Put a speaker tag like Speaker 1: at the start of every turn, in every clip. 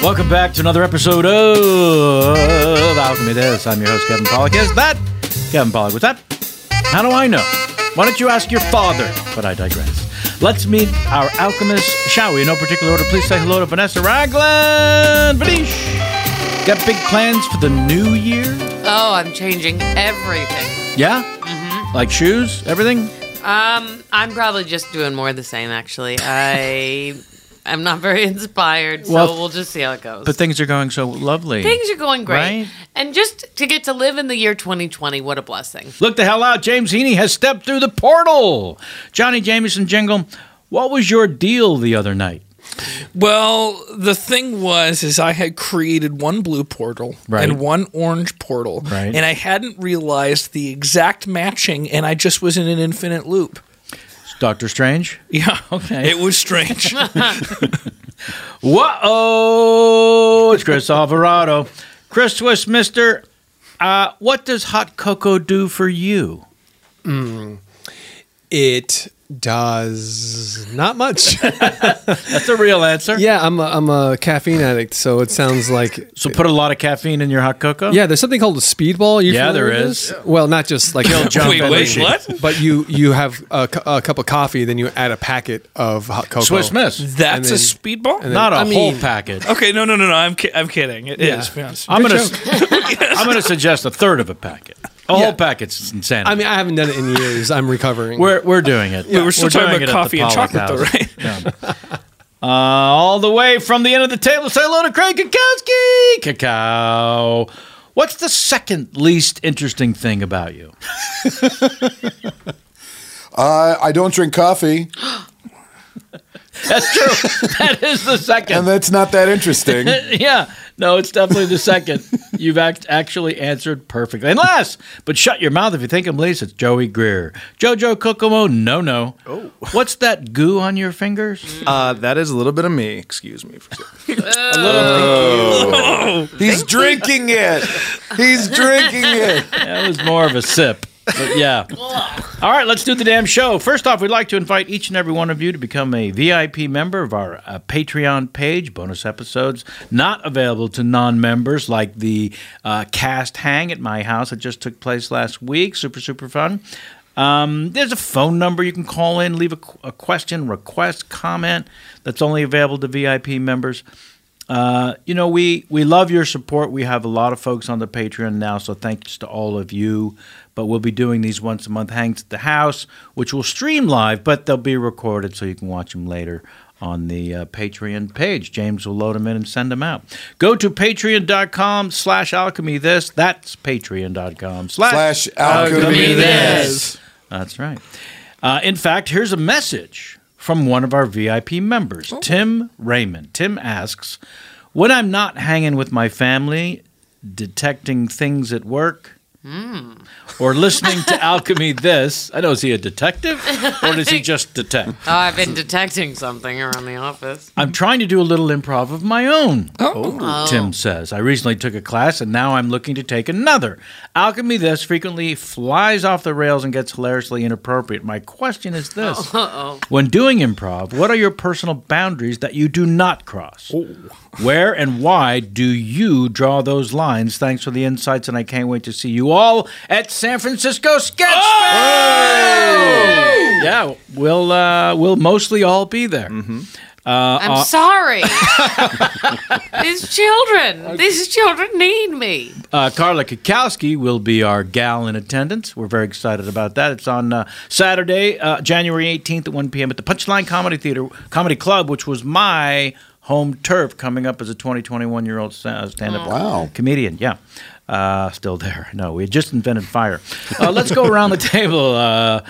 Speaker 1: Welcome back to another episode of Alchemy This. I'm your host, Kevin Pollock. Is that Kevin Pollock? What's that? How do I know? Why don't you ask your father? But I digress. Let's meet our alchemist, shall we? In no particular order, please say hello to Vanessa Ragland. Vanish! Got big plans for the new year?
Speaker 2: Oh, I'm changing everything.
Speaker 1: Yeah? Like shoes, everything?
Speaker 2: Um, I'm probably just doing more of the same. Actually, I I'm not very inspired, so
Speaker 1: Well,
Speaker 2: we'll just see how it goes.
Speaker 1: But things are going so lovely.
Speaker 2: Things are going great,
Speaker 1: Right?
Speaker 2: and just to get to live in the year 2020, what a blessing!
Speaker 1: Look the hell out. James Heaney has stepped through the portal. Johnny Jameson Jingle, what was your deal the other night?
Speaker 3: Well, the thing was, is I had created one blue portal
Speaker 1: Right.
Speaker 3: and one orange portal,
Speaker 1: Right.
Speaker 3: and I hadn't realized the exact matching, and I just was in an infinite loop.
Speaker 1: Doctor Strange?
Speaker 3: Yeah,
Speaker 1: Okay.
Speaker 3: it was strange.
Speaker 1: Whoa! It's Chris Alvarado. Chris Swiss, mister. Uh, what does hot cocoa do for you?
Speaker 4: Mm. It does not much.
Speaker 1: That's a real answer.
Speaker 4: yeah, I'm a, I'm a caffeine addict, so it sounds like
Speaker 1: So put a lot of caffeine in your hot cocoa?
Speaker 4: yeah. There's something called a speedball. You
Speaker 1: Yeah,
Speaker 4: familiar
Speaker 1: there
Speaker 4: with
Speaker 1: is.
Speaker 4: this? Well, not just like
Speaker 1: John
Speaker 3: Wait, wait,
Speaker 1: Belushi.
Speaker 3: what?
Speaker 4: but you you have a, cu- a cup of coffee, then you add a packet of hot cocoa.
Speaker 1: Swiss Miss.
Speaker 3: That's
Speaker 4: then-
Speaker 3: a speedball.
Speaker 4: and then-
Speaker 1: Not a
Speaker 4: I
Speaker 1: whole
Speaker 4: mean-
Speaker 1: package.
Speaker 3: okay, no, no, no, no. I'm ki- I'm kidding. It
Speaker 4: Yeah.
Speaker 3: is, yes.
Speaker 1: I'm gonna I'm gonna suggest a third of a packet. A whole packet's insanity.
Speaker 4: I mean, I haven't done it in years. I'm recovering.
Speaker 1: We're we're doing it.
Speaker 3: We were still talking
Speaker 1: doing
Speaker 3: about
Speaker 1: it at
Speaker 3: coffee
Speaker 1: the
Speaker 3: and
Speaker 1: Pollock
Speaker 3: chocolate, though,
Speaker 1: House.
Speaker 3: right?
Speaker 1: Yeah. Uh, all the way from the end of the table. Say hello to Craig Kakowski. Cacao. What's the second least interesting thing about you?
Speaker 5: Uh, I, I don't drink coffee.
Speaker 1: That's true. that is the second.
Speaker 5: And that's not that interesting.
Speaker 1: yeah. No, it's definitely the second. You've act- actually answered perfectly. And last, but shut your mouth if you think I'm lazy, it's Joey Greer. Jojo Kokomo, no, no. Oh. What's that goo on your fingers?
Speaker 6: Uh, that is a little bit of me. Excuse me. For
Speaker 5: Oh. He's drinking it. He's drinking it.
Speaker 1: That was more of a sip. But yeah. All right, let's do the damn show. First off, we'd like to invite each and every one of you to become a VIP member of our uh, Patreon page. Bonus episodes not available to non members, like the uh, cast hang at my house that just took place last week. Super, super fun. Um, there's a phone number you can call in, leave a, qu- a question, request, comment that's only available to VIP members. Uh, you know, we, we love your support. We have a lot of folks on the Patreon now, so thanks to all of you. But we'll be doing these once a month hangs at the house, which will stream live, but they'll be recorded so you can watch them later on the uh, Patreon page. James will load them in and send them out. Go to patreon.com slash alchemy this. That's patreon.com slash
Speaker 5: Slash alchemy Alchemy this. this.
Speaker 1: That's right. Uh, in fact, here's a message from one of our VIP members, Tim Raymond. Tim asks, when I'm not hanging with my family, detecting things at work,
Speaker 2: Mm.
Speaker 1: or listening to Alchemy This. I know, is he a detective or does he just detect?
Speaker 2: Oh, I've been detecting something around the office.
Speaker 1: I'm trying to do a little improv of my own,
Speaker 2: Oh.
Speaker 1: Tim says. I recently took a class and now I'm looking to take another. Alchemy This frequently flies off the rails and gets hilariously inappropriate. My question is this
Speaker 2: Uh-oh.
Speaker 1: When doing improv, what are your personal boundaries that you do not cross? Where and why do you draw those lines? Thanks for the insights, and I can't wait to see you all at San Francisco Sketch Fest. Yeah, we'll uh, we'll mostly all be there. Uh,
Speaker 2: I'm
Speaker 1: uh,
Speaker 2: sorry. These children, these children need me.
Speaker 1: Uh, Carla Kukowski will be our gal in attendance. We're very excited about that. It's on uh, Saturday, uh, January 18th at 1 p.m. at the Punchline Comedy Theater Comedy Club, which was my home turf coming up as a 20, 21 year old stand up
Speaker 5: Wow.
Speaker 1: comedian. Yeah. Uh, still there. No, we just invented fire. Uh, let's go around the table. Uh,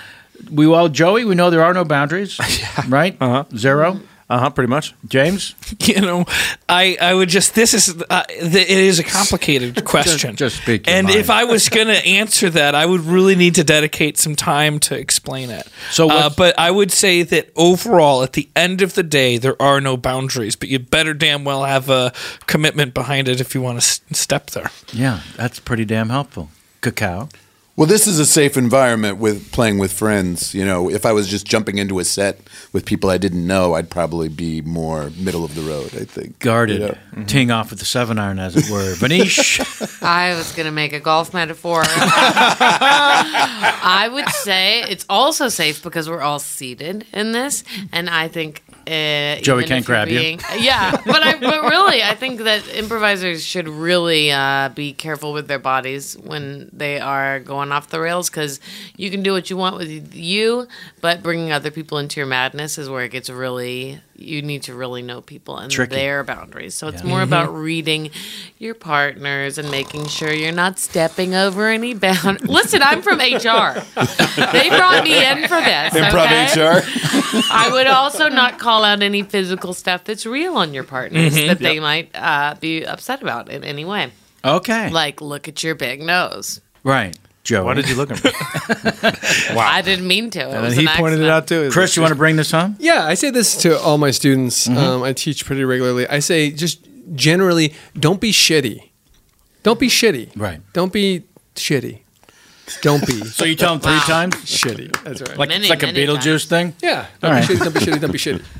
Speaker 1: we well, Joey, we know there are no boundaries, right? Uh huh. Zero. Uh huh. Pretty much. James.
Speaker 7: you know, I, I would just this is uh, th- it is a complicated question.
Speaker 1: Just, just speak. your
Speaker 7: and
Speaker 1: mind.
Speaker 7: if I was going to answer that, I would really need to dedicate some time to explain it.
Speaker 1: So,
Speaker 7: uh,
Speaker 1: what's-
Speaker 7: but I would say that overall, at the end of the day, there are no boundaries. But you better damn well have a commitment behind it if you want to s- step there.
Speaker 1: yeah, that's pretty damn helpful. Cacao.
Speaker 5: Well, this is a safe environment with playing with friends. You know, if I was just jumping into a set with people I didn't know, I'd probably be more middle of the road. I think
Speaker 1: guarded,
Speaker 5: You know?
Speaker 1: teeing off with the seven iron, as it were. Vanish,
Speaker 2: I was going to make a golf metaphor. I would say it's also safe because we're all seated in this, and I think. Uh,
Speaker 1: Joey
Speaker 2: even
Speaker 1: can't
Speaker 2: if you're
Speaker 1: grab you.
Speaker 2: being- Yeah, but I, but really, I think that improvisers should really uh, be careful with their bodies when they are going off the rails because you can do what you want with you, but bringing other people into your madness is where it gets really. You need to really know people and
Speaker 1: Tricky.
Speaker 2: their boundaries. So it's
Speaker 1: Yeah.
Speaker 2: more
Speaker 1: Mhm.
Speaker 2: about reading your partners and making sure you're not stepping over any bound. Listen, I'm from HR. They brought me in for this. okay?
Speaker 5: Improv HR.
Speaker 2: I would also not call out any physical stuff that's real on your partners
Speaker 1: Mhm.
Speaker 2: that they
Speaker 1: Yep.
Speaker 2: might uh, be upset about in any way.
Speaker 1: Okay.
Speaker 2: Like, look at your big nose.
Speaker 1: right, Joe. What did you look at?
Speaker 2: I didn't mean to. It was an accident.
Speaker 4: it out too.
Speaker 1: Chris, you want to bring this home? Mm-hmm.
Speaker 4: Yeah, I say this to all my students. Um, I teach pretty regularly. I say just generally, don't be shitty. Don't be shitty.
Speaker 1: Right.
Speaker 4: Don't be shitty. Don't be.
Speaker 1: So you tell him three times?
Speaker 4: Shitty. That's right.
Speaker 1: Like it's like a Beetlejuice thing.
Speaker 4: Yeah.
Speaker 1: All
Speaker 4: Don't be
Speaker 1: right.
Speaker 4: shitty. Don't be shitty. Don't be shitty.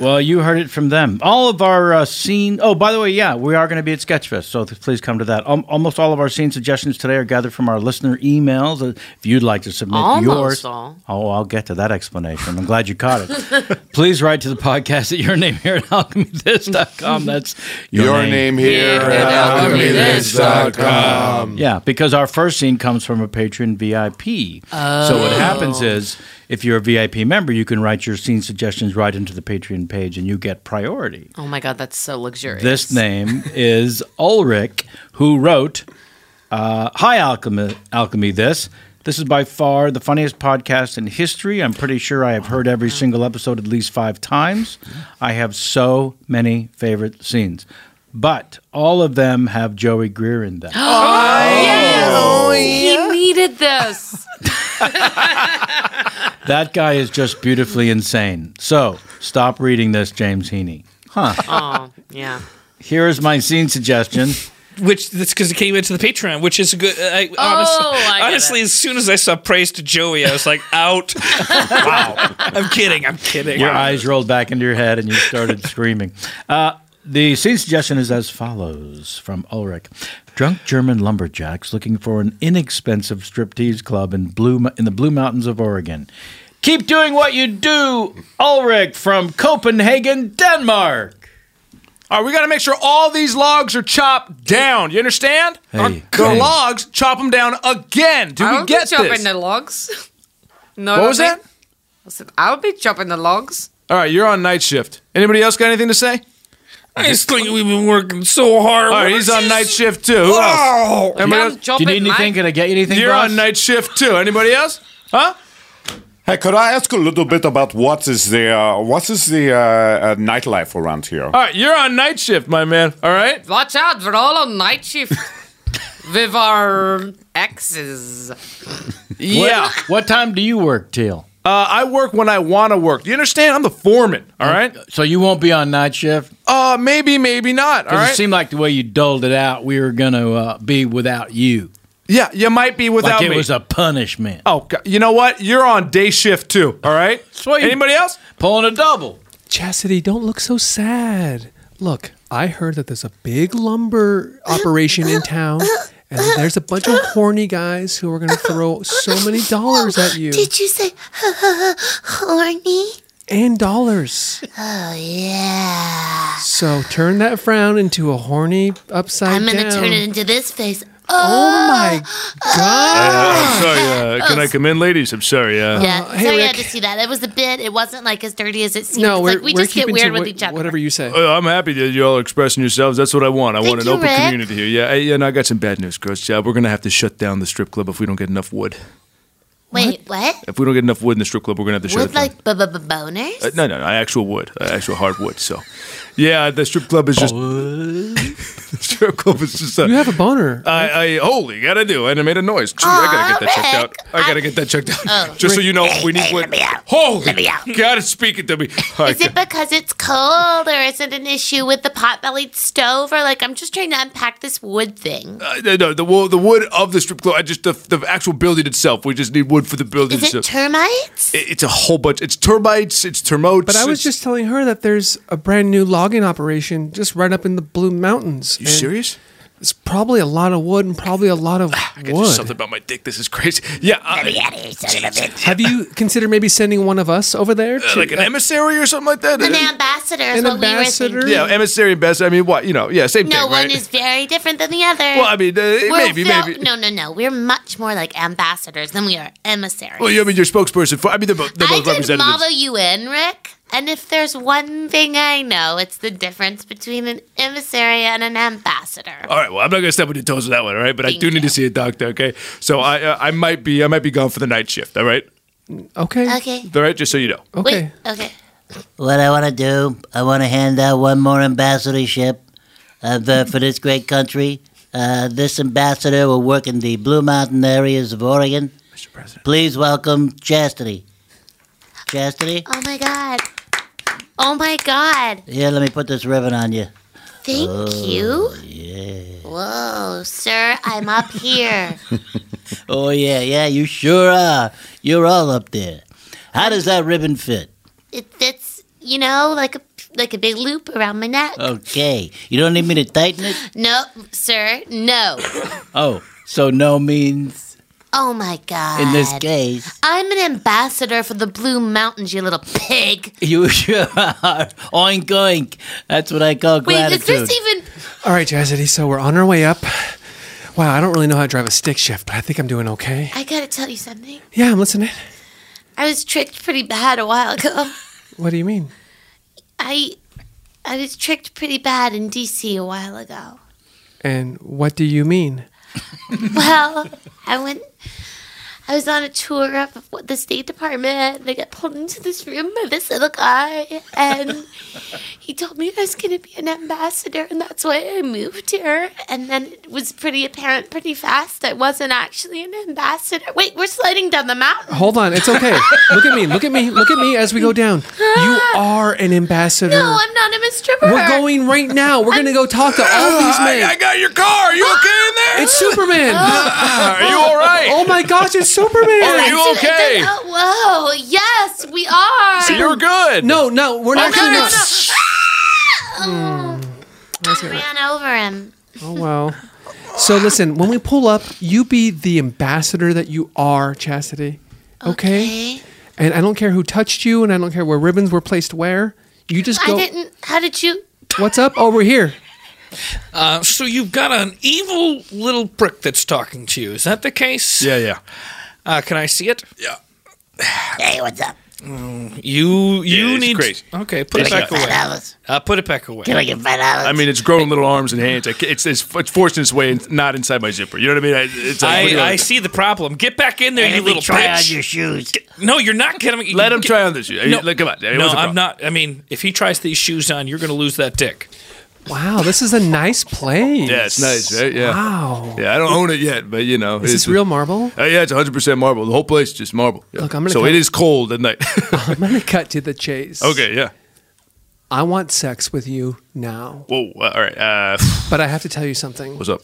Speaker 1: Well, you heard it from them. All of our uh, scene. Oh, by the way, yeah, we are going to be at Sketchfest, so th- please come to that. Um, almost all of our scene suggestions today are gathered from our listener emails. Uh, If you'd like to submit
Speaker 2: Almost
Speaker 1: yours,
Speaker 2: all.
Speaker 1: oh, I'll get to that explanation. I'm glad you caught it. please write to the podcast at your name here at alchemythis.com. That's your,
Speaker 5: Your name here at alchemythis.com.
Speaker 1: Yeah, because our first scene comes from a patron VIP. So what
Speaker 2: Oh.
Speaker 1: happens is, if you're a VIP member, you can write your scene suggestions right into the Patreon page, and you get priority.
Speaker 2: Oh my God, that's so luxurious.
Speaker 1: This name is Ulrich, who wrote, uh, "Hi Alchemy, Alchemy. This This is by far the funniest podcast in history. I'm pretty sure I have heard every single episode at least five times. I have so many favorite scenes, but all of them have Joey Greer in them. Oh,
Speaker 2: He needed this.
Speaker 1: That guy is just beautifully insane. So stop reading this, James Heaney. Huh.
Speaker 2: oh, yeah.
Speaker 1: Here is my scene suggestion.
Speaker 7: Which that's because it came into the Patreon, which is a good. I, honest,
Speaker 2: Oh, I get
Speaker 7: honestly, as soon as I saw praise to Joey, I was like, out. wow, I'm kidding. I'm kidding.
Speaker 1: Your eyes rolled back into your head and you started screaming. Uh, the scene suggestion is as follows from Ulrich. Drunk German lumberjacks looking for an inexpensive striptease club in Blue Mo- in the Blue Mountains of Oregon. Keep doing what you do, Ulrich from Copenhagen, Denmark.
Speaker 8: All right, we got to make sure all these logs are chopped down. You understand?
Speaker 1: Hey,
Speaker 8: Or the
Speaker 1: hey.
Speaker 8: logs, chop them down again. Do
Speaker 2: I
Speaker 8: we
Speaker 2: would
Speaker 8: get
Speaker 2: be chopping
Speaker 8: this?
Speaker 2: the logs. No, I
Speaker 8: What
Speaker 2: would
Speaker 8: was
Speaker 2: be-
Speaker 8: that?
Speaker 2: I said I would be chopping the logs.
Speaker 8: All right, you're on night shift. Anybody else got anything to say?
Speaker 7: I just think we've been working so hard.
Speaker 8: All right,
Speaker 7: What
Speaker 8: he's
Speaker 7: is
Speaker 8: on
Speaker 7: this?
Speaker 8: night shift too. Who
Speaker 7: Wow.
Speaker 8: else? Anybody
Speaker 7: I'm
Speaker 8: else?
Speaker 7: chopping Do you need anything? my- Can
Speaker 1: I get you anything,
Speaker 8: You're
Speaker 5: boss?
Speaker 8: on night shift too. Anybody else? Huh?
Speaker 9: Hey, could I ask a little bit about what is the uh, what is the uh, uh, nightlife around here?
Speaker 8: All right, you're on night shift, my man. All right.
Speaker 2: Watch out, we're all on night shift with our exes.
Speaker 8: Yeah.
Speaker 1: What, what time do you work till?
Speaker 8: Uh, I work when I want to work. Do you understand? I'm the foreman. All right.
Speaker 1: Oh, So you won't be on night shift.
Speaker 8: Uh, maybe, maybe not. All
Speaker 1: Because it
Speaker 8: right.
Speaker 1: seemed like the way you doled it out, we were going to uh, be without you.
Speaker 8: Yeah, you might be without
Speaker 1: like it
Speaker 8: me.
Speaker 1: was a punishment.
Speaker 8: Oh, God. you know what? You're on day shift too. All right. Anybody else?
Speaker 1: Pulling a double.
Speaker 4: Chastity, don't look so sad. Look, I heard that there's a big lumber operation in town, and there's a bunch of horny guys who are going to throw so many dollars at you.
Speaker 10: Did you say horny?
Speaker 4: And dollars.
Speaker 10: Oh yeah.
Speaker 4: So turn that frown into a horny upside
Speaker 10: I'm gonna
Speaker 4: down.
Speaker 10: turn it into this face.
Speaker 4: Oh my
Speaker 10: Ah.
Speaker 8: Uh, sorry. Uh, can I come in, ladies? I'm sorry. Uh,
Speaker 10: Yeah,
Speaker 4: Oh, hey,
Speaker 10: Oh, sorry I
Speaker 4: Rick.
Speaker 10: had to see that. It was a bit. It wasn't like as dirty as it seems.
Speaker 4: No,
Speaker 10: it's
Speaker 4: we're,
Speaker 10: like we
Speaker 4: we're
Speaker 10: just get
Speaker 4: keeping
Speaker 10: weird
Speaker 4: to
Speaker 10: with
Speaker 4: wha-
Speaker 10: each other.
Speaker 4: Whatever you say.
Speaker 8: Uh, I'm happy that you all are expressing yourselves. That's what I want. I
Speaker 10: Thank
Speaker 8: want an
Speaker 10: you,
Speaker 8: open
Speaker 10: Rick.
Speaker 8: community here. Yeah, hey, and I got some bad news, Gross Job. We're going to have to shut down the strip club if we don't get enough wood.
Speaker 10: Wait, what?
Speaker 8: If we don't get enough wood in the strip club, we're going to have to shut
Speaker 10: With
Speaker 8: it down.
Speaker 10: like b- b- boners?
Speaker 8: Uh, no, no, no, actual wood, uh, actual hardwood. So, yeah, the strip club is just. strip club is just. Uh,
Speaker 4: You have a boner.
Speaker 8: I, I holy gotta do, and I made a noise. Gee, I gotta get that checked out. I gotta get that checked out.
Speaker 10: Oh.
Speaker 8: Just so you know, we need wood. Holy,
Speaker 10: Let me out.
Speaker 8: gotta speak it to me. All right,
Speaker 10: Is it because it's cold, or is it an issue with the pot-bellied stove, or like I'm just trying to unpack this wood thing?
Speaker 8: Uh, no, no, the wood, the wood of the strip club. I just the, the actual building itself. We just need wood for the building.
Speaker 10: Is it
Speaker 8: itself.
Speaker 10: termites?
Speaker 8: It- it's a whole bunch. It's termites. It's termites.
Speaker 4: But I was just telling her that there's a brand new logging operation just right up in the Blue Mountains. You
Speaker 8: serious? Ah.
Speaker 4: It's probably a lot of wood and probably a lot of wood.
Speaker 8: something about my dick. This is crazy. Yeah, I-
Speaker 4: Have you considered maybe sending one of us over there?
Speaker 8: Uh, like an emissary or something like that.
Speaker 10: An ambassador is what we were thinking.
Speaker 8: Yeah, emissary ambassador. I mean, what you know? Yeah, same
Speaker 10: no
Speaker 8: thing,
Speaker 10: one
Speaker 8: right?
Speaker 10: is very different than the other.
Speaker 8: Well, I mean, uh, maybe, maybe.
Speaker 10: No, no, no. We're much more like ambassadors than we are emissaries.
Speaker 8: well, you I mean your spokesperson for? I mean, the, the
Speaker 10: I
Speaker 8: both
Speaker 10: did
Speaker 8: representatives.
Speaker 10: model you in, Rick. And if there's one thing I know, it's the difference between an emissary and an ambassador.
Speaker 8: all right, well, I'm not gonna step on your toes with that one, all right? But I do need to see a doctor, okay? So I, uh, I might be, I might be gone for the night shift, all right?
Speaker 4: Okay.
Speaker 10: Okay.
Speaker 8: All right, just so you know.
Speaker 10: Okay. okay.
Speaker 11: What I want to do, I want to hand out one more ambassadorship uh, the, for this great country. Uh, this ambassador will work in the Blue Mountain areas of Oregon. Mr. President. Please welcome Chastity. Chastity?
Speaker 10: Oh my god. Oh my god.
Speaker 11: Here, let me put this ribbon on you.
Speaker 10: Thank
Speaker 11: Oh,
Speaker 10: you.
Speaker 11: Yeah.
Speaker 10: Whoa, sir, I'm up here.
Speaker 11: Oh, yeah, yeah, you sure are. You're all up there. How does that ribbon fit?
Speaker 10: It, it's you know like a like a big loop around my neck.
Speaker 11: Okay. You don't need me to tighten it?
Speaker 10: No, sir, no.
Speaker 11: Oh, so no means
Speaker 10: Oh my god.
Speaker 11: in this case.
Speaker 10: I'm an ambassador for the Blue Mountains, you little pig.
Speaker 11: You sure are. Oink oink. That's what I call
Speaker 10: Wait,
Speaker 11: gratitude.
Speaker 10: is this even
Speaker 4: All right, Chastity. So we're on our way up. Wow, I don't really know how to drive a stick shift, but I think I'm doing okay.
Speaker 10: I gotta tell you something.
Speaker 4: Yeah, I'm listening.
Speaker 10: I was tricked pretty bad a while ago.
Speaker 4: What do you mean?
Speaker 10: I I was tricked pretty bad in DC a while ago.
Speaker 4: And what do you mean?
Speaker 10: Well, I went I I was on a tour of what- the State Department, and I got pulled into this room by this little guy, and he told me I was going to be an ambassador, and that's why I moved here. And then it was pretty apparent pretty fast I wasn't actually an ambassador. Wait, we're sliding down the mountain.
Speaker 4: Hold on, it's okay. look at me, look at me, look at me as we go down. You are an ambassador.
Speaker 10: No, I'm not. I'm a stripper.
Speaker 4: We're going right now. We're gonna go talk to all these men.
Speaker 10: I- I
Speaker 4: got your car. Are you okay in there? It's Superman.
Speaker 10: Are
Speaker 4: you all right? Oh my gosh, it's Superman.
Speaker 10: Oh, that's- that's- oh, whoa. Yes, we are.
Speaker 4: good. No, no, we're not.
Speaker 10: Oh, no,
Speaker 4: actually
Speaker 10: no, Ah! Oh.
Speaker 4: not. Hmm.
Speaker 10: I ran over him.
Speaker 4: Oh well. So listen, when we pull up, you be the ambassador that you are, Chastity. Okay. And I don't care who touched you, and I don't care where ribbons were placed where. You just
Speaker 10: I
Speaker 4: go.
Speaker 10: didn't. How did you?
Speaker 4: What's up? Oh, we're here.
Speaker 3: Uh, so you've got an evil little prick that's talking to you. Is that the case? Yeah, yeah. Uh, can I see it? Yeah.
Speaker 7: Hey, what's up?
Speaker 3: You you
Speaker 8: it's
Speaker 3: need
Speaker 8: crazy.
Speaker 3: okay. Put
Speaker 8: It's
Speaker 3: it back
Speaker 8: got-
Speaker 3: away. Uh, put it back away.
Speaker 7: Can I get five dollars?
Speaker 8: I mean, it's grown little arms and hands. I ca- It's it's, it's forcing its way in, not inside my zipper. You know what I mean? I, it's like, what do you
Speaker 3: I, I
Speaker 8: want?
Speaker 3: see the problem. Get back in there,
Speaker 8: Hey,
Speaker 3: you
Speaker 8: let me
Speaker 3: little
Speaker 8: try on
Speaker 3: bitch.
Speaker 8: your
Speaker 7: shoes.
Speaker 3: no, you're not getting.
Speaker 8: Let him
Speaker 3: get-
Speaker 8: try on the shoes.
Speaker 3: No,
Speaker 8: Like, come on. It
Speaker 3: no,
Speaker 8: wasn't a
Speaker 3: I'm
Speaker 8: problem.
Speaker 3: not. I mean, if he tries these shoes on, you're going to lose that dick.
Speaker 4: Wow, this is a nice place.
Speaker 8: Yeah, it's nice, right? Yeah.
Speaker 4: Wow.
Speaker 8: Yeah, I don't own it yet, but you know.
Speaker 4: Is this real marble?
Speaker 8: Uh, yeah, it's 100% marble. The whole place is just marble. Yeah.
Speaker 4: Look, I'm gonna
Speaker 8: So
Speaker 4: cut-
Speaker 8: it is cold at night.
Speaker 4: I'm gonna cut to the chase.
Speaker 8: okay, yeah.
Speaker 4: I want sex with you now,
Speaker 8: Whoa. uh, all right. Uh,
Speaker 4: but I have to tell you something.
Speaker 8: what's up?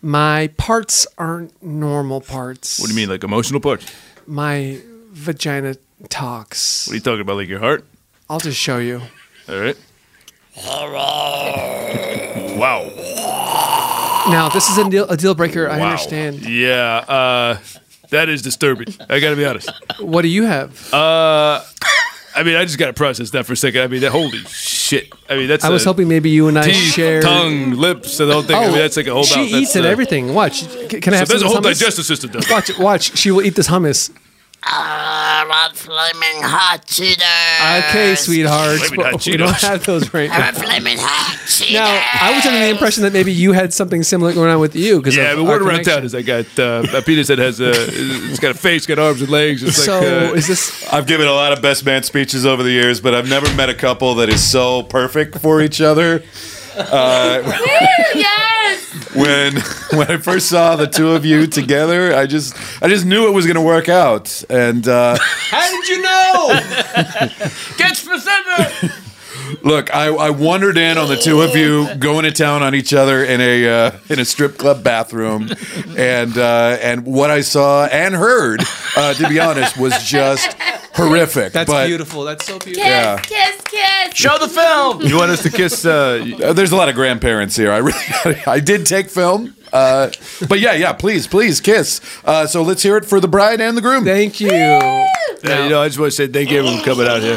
Speaker 4: My parts aren't normal parts.
Speaker 8: What do you mean, like emotional parts?
Speaker 4: My vagina talks. What
Speaker 8: are you talking about, like your heart?
Speaker 4: I'll just show you.
Speaker 8: All right. wow.
Speaker 4: Now, this is a deal, a deal breaker. I
Speaker 8: Wow.
Speaker 4: understand.
Speaker 8: Yeah. Uh, that is disturbing. I got to be honest.
Speaker 4: What do you have?
Speaker 8: Uh, I mean, I just got to process that for a second. I mean, that holy shit. I mean, that's.
Speaker 4: I was
Speaker 8: a
Speaker 4: hoping maybe you and I
Speaker 8: teeth,
Speaker 4: share
Speaker 8: tongue, lips, and the whole thing. I mean, that's like a whole.
Speaker 4: She
Speaker 8: mouth.
Speaker 4: eats
Speaker 8: That's,
Speaker 4: it
Speaker 8: uh,
Speaker 4: everything. Watch. C- Can
Speaker 8: So
Speaker 4: I have
Speaker 8: there's a
Speaker 4: some
Speaker 8: whole
Speaker 4: of this hummus?
Speaker 8: digestive system down there.
Speaker 4: Watch, watch. She will eat this hummus.
Speaker 12: Uh, hot flaming hot cheetah.
Speaker 4: Okay, sweetheart.
Speaker 12: Flaming
Speaker 4: but
Speaker 12: Hot
Speaker 4: we don't
Speaker 12: Cheetos.
Speaker 4: have those right
Speaker 12: Hot
Speaker 4: now.
Speaker 12: flaming hot cheetah.
Speaker 4: Now, I was under the impression that maybe you had something similar going on with you. Cause
Speaker 8: Yeah,
Speaker 4: of
Speaker 8: I mean,
Speaker 4: our
Speaker 8: word around
Speaker 4: connection.
Speaker 8: town is I got uh, a penis that has a, it's got a face, got arms and legs. It's like, uh,
Speaker 4: this?
Speaker 5: I've given a lot of best man speeches over the years, but I've never met a couple that is so perfect for each other. Uh,
Speaker 10: yes.
Speaker 5: when when I first saw the two of you together, I just I just knew it was going to work out, and uh,
Speaker 3: How did you know? Get specific.
Speaker 5: Look, I, I wandered in on the two of you going to town on each other in a uh, in a strip club bathroom, and uh, and what I saw and heard, uh, to be honest, was just horrific.
Speaker 4: That's
Speaker 5: but
Speaker 4: beautiful. That's so beautiful.
Speaker 5: Yeah.
Speaker 10: Kiss, kiss.
Speaker 3: Show the film.
Speaker 5: You want us to kiss? Uh, there's a lot of grandparents here. I really, I did take film, uh, but yeah, yeah. Please, please kiss. Uh, so let's hear it for the bride and the groom.
Speaker 4: Thank you.
Speaker 8: Yeah, you know, I just want to say thank you everyone for coming out here.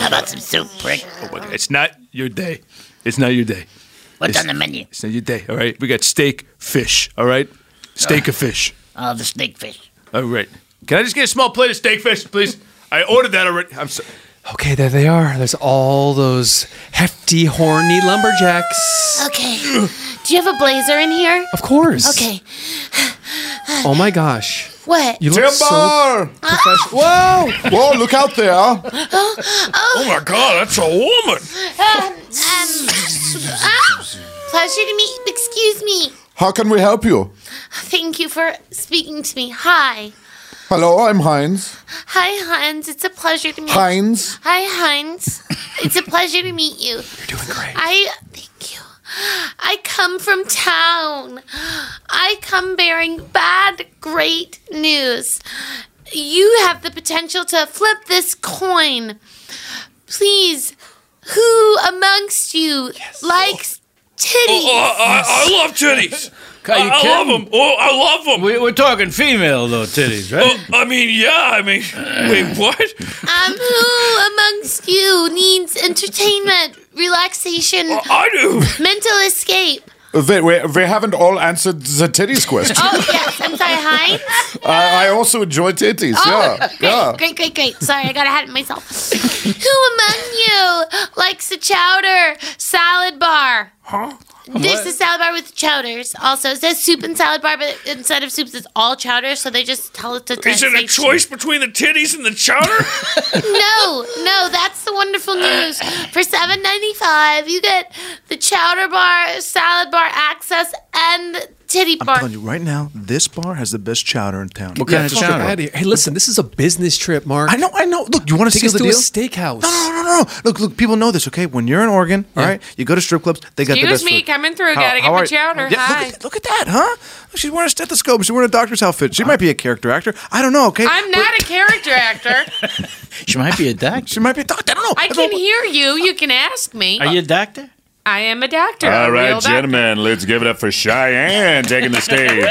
Speaker 8: How
Speaker 7: about some soup, prick?
Speaker 8: Oh my God, it's not your day. It's not your day.
Speaker 7: What's
Speaker 8: It's-
Speaker 7: on the menu?
Speaker 8: It's not your day. All right, we got steak, fish. All right, steak of fish.
Speaker 7: Oh, the snake fish.
Speaker 8: All right, can I just get a small plate of steak fish, please? I ordered that already. I'm sorry.
Speaker 4: Okay, there they are. There's all those hefty, horny lumberjacks.
Speaker 10: Okay. Do you have a blazer in here?
Speaker 4: Of course.
Speaker 10: Okay.
Speaker 4: Oh my gosh.
Speaker 10: What?
Speaker 4: You look so
Speaker 5: Timber! Whoa! Whoa! Look out there!
Speaker 10: Oh, oh.
Speaker 3: Oh my God, that's a woman.
Speaker 10: Um, um, ah, pleasure to meet. Excuse me.
Speaker 5: How can we help you?
Speaker 10: Thank you for speaking to me. Hi.
Speaker 5: Hello, I'm Heinz.
Speaker 10: Hi, Heinz. It's a pleasure to meet
Speaker 5: Heinz.
Speaker 10: Hi, Heinz. It's a pleasure to meet you. You're doing great. I thank you. I come from town. I come bearing bad, great news. You have the potential to flip this coin. Please, who amongst you likes titties?
Speaker 3: Oh, I, I love titties. I, I love them. Oh, I love them.
Speaker 1: We, we're talking female though, titties, right?
Speaker 3: Oh, I mean, yeah. I mean, wait, what?
Speaker 10: Um, who amongst you needs entertainment, relaxation?
Speaker 3: Oh, I do.
Speaker 10: Mental escape.
Speaker 5: They, we, we haven't all answered the titties question.
Speaker 10: Oh yes, I'm sorry. Hi.
Speaker 5: I, I also enjoy titties.
Speaker 10: Oh,
Speaker 5: yeah,
Speaker 10: great,
Speaker 5: yeah.
Speaker 10: great, great, great. Sorry, I got ahead of myself. Who among you likes a chowder salad bar? Huh? There's the salad bar with chowders. Also, it says soup and salad bar, but instead of soups, it's all chowder. So they just tell us to.
Speaker 7: Is it a choice between the titties and the chowder?
Speaker 10: no, no, that's the wonderful news. For seven ninety five, you get the chowder bar, salad bar access, and the titty
Speaker 8: I'm
Speaker 10: bar.
Speaker 8: telling you right now, this bar has the best chowder in town.
Speaker 4: What kind of chowder? Hey, listen, this is a business trip, Mark.
Speaker 8: I know, I know. Look, you want to seal
Speaker 4: Take us
Speaker 8: the
Speaker 4: to
Speaker 8: deal?
Speaker 4: a steakhouse.
Speaker 8: No, no, no, no, no. Look, look. People know this. Okay, when you're in Oregon, all right, you go to strip clubs. They got the
Speaker 2: Excuse
Speaker 8: best
Speaker 2: me,
Speaker 8: food.
Speaker 2: coming through.
Speaker 8: How-
Speaker 2: Gotta get
Speaker 8: how
Speaker 2: my
Speaker 8: are you?
Speaker 2: chowder.
Speaker 8: Yeah, look
Speaker 2: Hi.
Speaker 8: at, look at that, huh? Look, She's wearing a stethoscope. She's wearing a doctor's outfit. She might be a character actor. I don't know. Okay,
Speaker 2: I'm not a character actor.
Speaker 1: She might be a doctor.
Speaker 8: she might be a doctor. I don't know.
Speaker 2: I can hear you. You can ask me.
Speaker 1: Are you a doctor?
Speaker 2: I am a doctor.
Speaker 13: All
Speaker 2: a real
Speaker 13: right,
Speaker 2: doctor.
Speaker 13: gentlemen, let's give it up for Cheyenne taking the stage.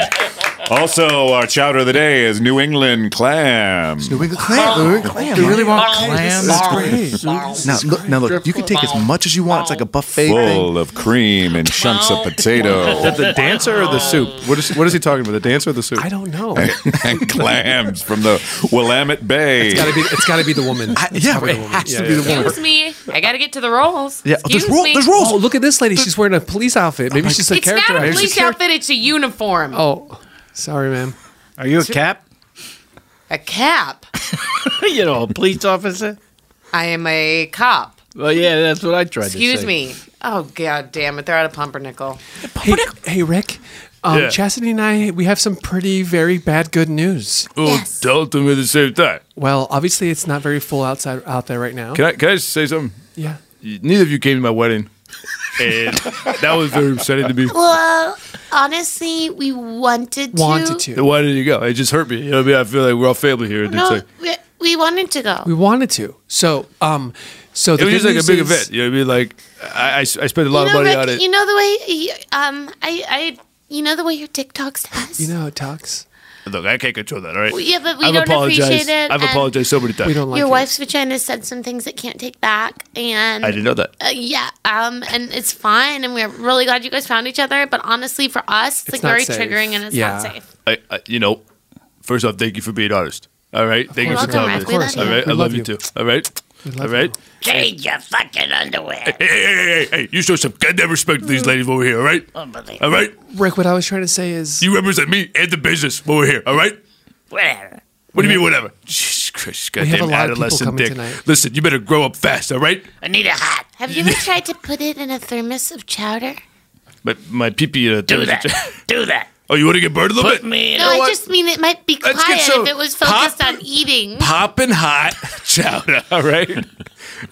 Speaker 13: Also, our chowder of the day is New England clam.
Speaker 8: New England clam.
Speaker 10: Oh.
Speaker 8: New England Oh. clam.
Speaker 13: You really want
Speaker 8: clam?
Speaker 13: clams?
Speaker 8: That's great. Now, look, now look. You can take as much as you want. It's like a buffet thing.
Speaker 13: Full of cream and chunks of
Speaker 8: Is that
Speaker 13: potato
Speaker 8: the dancer or the soup? What is what is he talking about? The dancer or the soup? I
Speaker 4: don't know.
Speaker 13: and clams from the Willamette Bay.
Speaker 4: It's gotta be. It's gotta be the woman. It's
Speaker 8: yeah,
Speaker 4: probably
Speaker 8: it
Speaker 4: the woman.
Speaker 8: has to be the woman.
Speaker 2: Excuse me. I gotta get to the rolls. Excuse me.
Speaker 4: Oh, look at this lady. She's wearing a police outfit. Maybe she's a
Speaker 2: it's
Speaker 4: character.
Speaker 2: not a
Speaker 4: actor.
Speaker 2: police outfit. It's a uniform.
Speaker 4: Oh, sorry, ma'am.
Speaker 1: Are you a cap?
Speaker 2: A cap.
Speaker 1: you know, a police officer.
Speaker 2: I am a cop.
Speaker 1: Well, yeah, that's what I tried to
Speaker 2: Excuse
Speaker 1: say.
Speaker 2: me. Oh god damn it! They're out of pumpernickel.
Speaker 4: Hey, hey, Rick. Um,
Speaker 8: Yeah.
Speaker 4: Chastity and I, we have some pretty very bad good news.
Speaker 8: Oh, Yes. tell
Speaker 4: them at the same time. Well, obviously, it's not very full outside out there right now.
Speaker 8: Can I can I say something?
Speaker 4: Yeah.
Speaker 8: Neither of you came to my wedding, and that was very upsetting to me.
Speaker 10: Well, honestly, we wanted to.
Speaker 8: Why did you go? It just hurt me. You know, what I mean? I feel like we're all family here. and it's
Speaker 10: No,
Speaker 8: like,
Speaker 10: we, we wanted to go.
Speaker 4: We wanted to. So, um, so
Speaker 8: it
Speaker 4: the
Speaker 8: was
Speaker 4: good
Speaker 8: just like a
Speaker 4: news
Speaker 8: big
Speaker 4: is-
Speaker 8: event. You know what I mean? Like I, I, I spent a lot
Speaker 10: you
Speaker 8: of
Speaker 10: know,
Speaker 8: money
Speaker 10: Rick,
Speaker 8: on it.
Speaker 10: You know the way, you- um, I, I, you know the way your TikTok says.
Speaker 4: You know, talks.
Speaker 8: Look, I can't control that. All right.
Speaker 10: Well, yeah, but we
Speaker 8: I've
Speaker 10: don't
Speaker 8: apologized.
Speaker 10: appreciate it,
Speaker 8: I've
Speaker 10: and-
Speaker 8: apologized so many times.
Speaker 10: your wife's vagina said some things that can't take back, and
Speaker 8: I didn't know that.
Speaker 10: Uh, yeah, um, and it's fine, and we're really glad you guys found each other. But honestly, for us, it's,
Speaker 8: It's
Speaker 10: like
Speaker 8: not
Speaker 10: very
Speaker 8: safe.
Speaker 10: triggering, and it's not safe.
Speaker 8: I, I, you know, first off, thank you for being honest. All right, thank you
Speaker 10: course.
Speaker 8: for
Speaker 10: Welcome,
Speaker 8: telling
Speaker 10: Rick.
Speaker 8: me.
Speaker 10: We love
Speaker 8: All
Speaker 10: you.
Speaker 8: right,
Speaker 10: We
Speaker 8: I
Speaker 10: love
Speaker 8: love you too. All right, all right.
Speaker 14: Change your fucking underwear.
Speaker 8: Hey, hey, hey, hey, hey! You show some goddamn respect to
Speaker 10: Mm.
Speaker 8: these ladies over here. All right, all right.
Speaker 4: Rick, what I was trying to say is,
Speaker 8: You represent me and the business over here. All right.
Speaker 14: Whatever.
Speaker 8: What do you mean, whatever? Jesus Christ,
Speaker 4: We have a
Speaker 8: goddamn
Speaker 4: lot of people
Speaker 8: adolescent
Speaker 4: coming
Speaker 8: dick.
Speaker 4: tonight.
Speaker 8: Listen, you better grow up fast, all right?
Speaker 10: I need a hat. Have you ever tried to put it in a thermos of chowder?
Speaker 8: But my pee pee. Uh,
Speaker 14: Do that. Do that.
Speaker 8: Oh, you want to get burned a little
Speaker 14: Put
Speaker 8: bit?
Speaker 14: me
Speaker 10: no, I just mean it might be
Speaker 14: Let's
Speaker 10: quiet
Speaker 14: get some
Speaker 10: if it was focused on eating.
Speaker 8: Poppin' hot chowder. All right,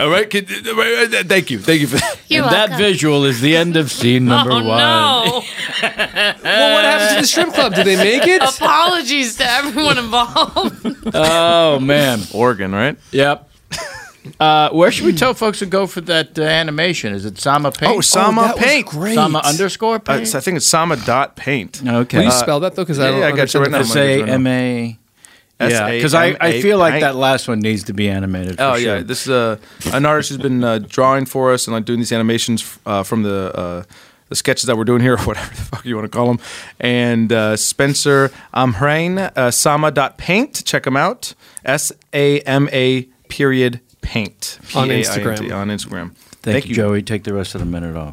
Speaker 8: all right. Can, all right, uh, Thank you, thank you for that.
Speaker 10: You're
Speaker 1: and that
Speaker 10: welcome. Oh,
Speaker 1: visual is the end of scene number
Speaker 2: Oh,
Speaker 1: one.
Speaker 4: well, what happens to the strip club? Do they make it?
Speaker 2: Apologies to everyone involved.
Speaker 1: Oh man,
Speaker 8: Oregon, right?
Speaker 1: Yep. Uh, where should we tell folks to go for that uh, animation? Is it Sama Paint?
Speaker 8: Oh, Sama Paint.
Speaker 1: Sama underscore Paint.
Speaker 8: Uh, I think it's Sama dot paint.
Speaker 1: Okay. Will you spell
Speaker 4: that, though? 'Cause I
Speaker 8: yeah,
Speaker 4: don't
Speaker 8: yeah, I got you right
Speaker 4: understand
Speaker 8: now.
Speaker 4: the
Speaker 1: S A M A. Yeah, because I, I feel like that last one needs to be animated. For
Speaker 8: Oh
Speaker 1: sure.
Speaker 8: yeah, this is uh, an artist who's been uh, drawing for us and like doing these animations uh, from the uh, the sketches that we're doing here, or whatever the fuck you want to call them. And uh, Spencer Amhrain, uh, Sama dot paint. Check him out. S A M A period paint
Speaker 1: On
Speaker 8: P-A-I-N-T,
Speaker 1: Instagram.
Speaker 8: on Instagram.
Speaker 1: Thank, you, Joey. Take the rest of the minute off.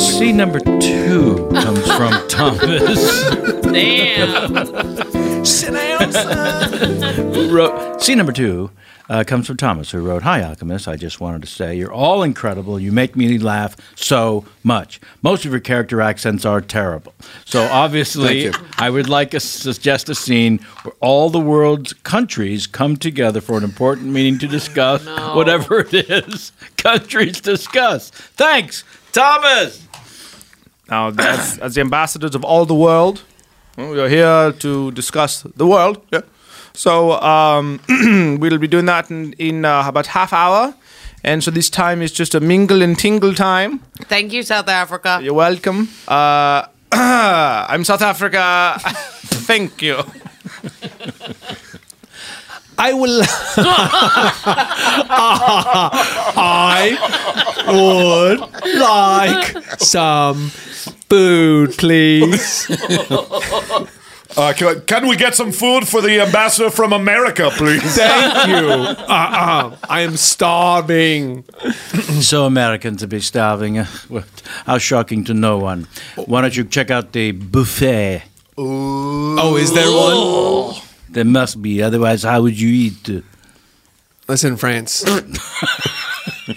Speaker 1: C number two comes from Thomas.
Speaker 2: Damn.
Speaker 15: Sit down,
Speaker 1: who wrote, C number two uh, comes from Thomas, who wrote, Hi, Alchemist. I just wanted to say you're all incredible. You make me laugh so much. Most of your character accents are terrible. So obviously,
Speaker 5: Thank you.
Speaker 1: I would like to suggest a scene where all the world's countries come together for an important meeting to discuss whatever it is countries discuss. Thanks, Thomas.
Speaker 8: Now, as, as the ambassadors of all the world, we are here to discuss the world. Yeah. So um, we'll be doing that in, in uh, about half hour, and so this time is just a mingle and tingle time.
Speaker 2: Thank you, South Africa.
Speaker 8: You're welcome. Uh, I'm South Africa. Thank you.
Speaker 4: I will. Ah. I would like some food, please.
Speaker 5: Uh, can, can we get some food for the ambassador from America, please?
Speaker 4: Thank you. Uh-uh. I am starving.
Speaker 1: so American to be starving. How shocking to no one. Why don't you check out the buffet?
Speaker 4: Oh, is there one?
Speaker 1: There must be, otherwise, how would you eat?
Speaker 4: Listen, France.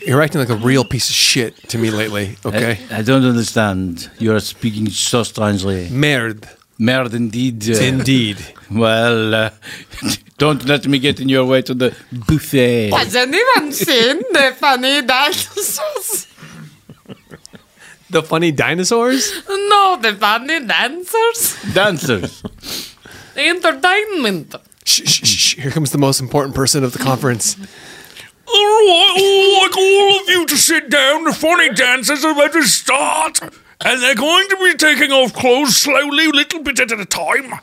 Speaker 4: You're acting like a real piece of shit to me lately, okay?
Speaker 1: I, I don't understand. You are speaking so strangely.
Speaker 4: Merd.
Speaker 1: Merd indeed. uh,
Speaker 4: Indeed.
Speaker 1: Well, uh, don't let me get in your way to the buffet.
Speaker 12: Has anyone seen the funny dinosaurs?
Speaker 4: The funny dinosaurs?
Speaker 12: No, the funny dancers.
Speaker 1: Dancers.
Speaker 12: The entertainment.
Speaker 4: Shh, shh, shh. Here comes the most important person of the conference.
Speaker 7: I'd like all of you to sit down. The funny dancers are about to start. And they're going to be taking off clothes slowly, little bit at a time.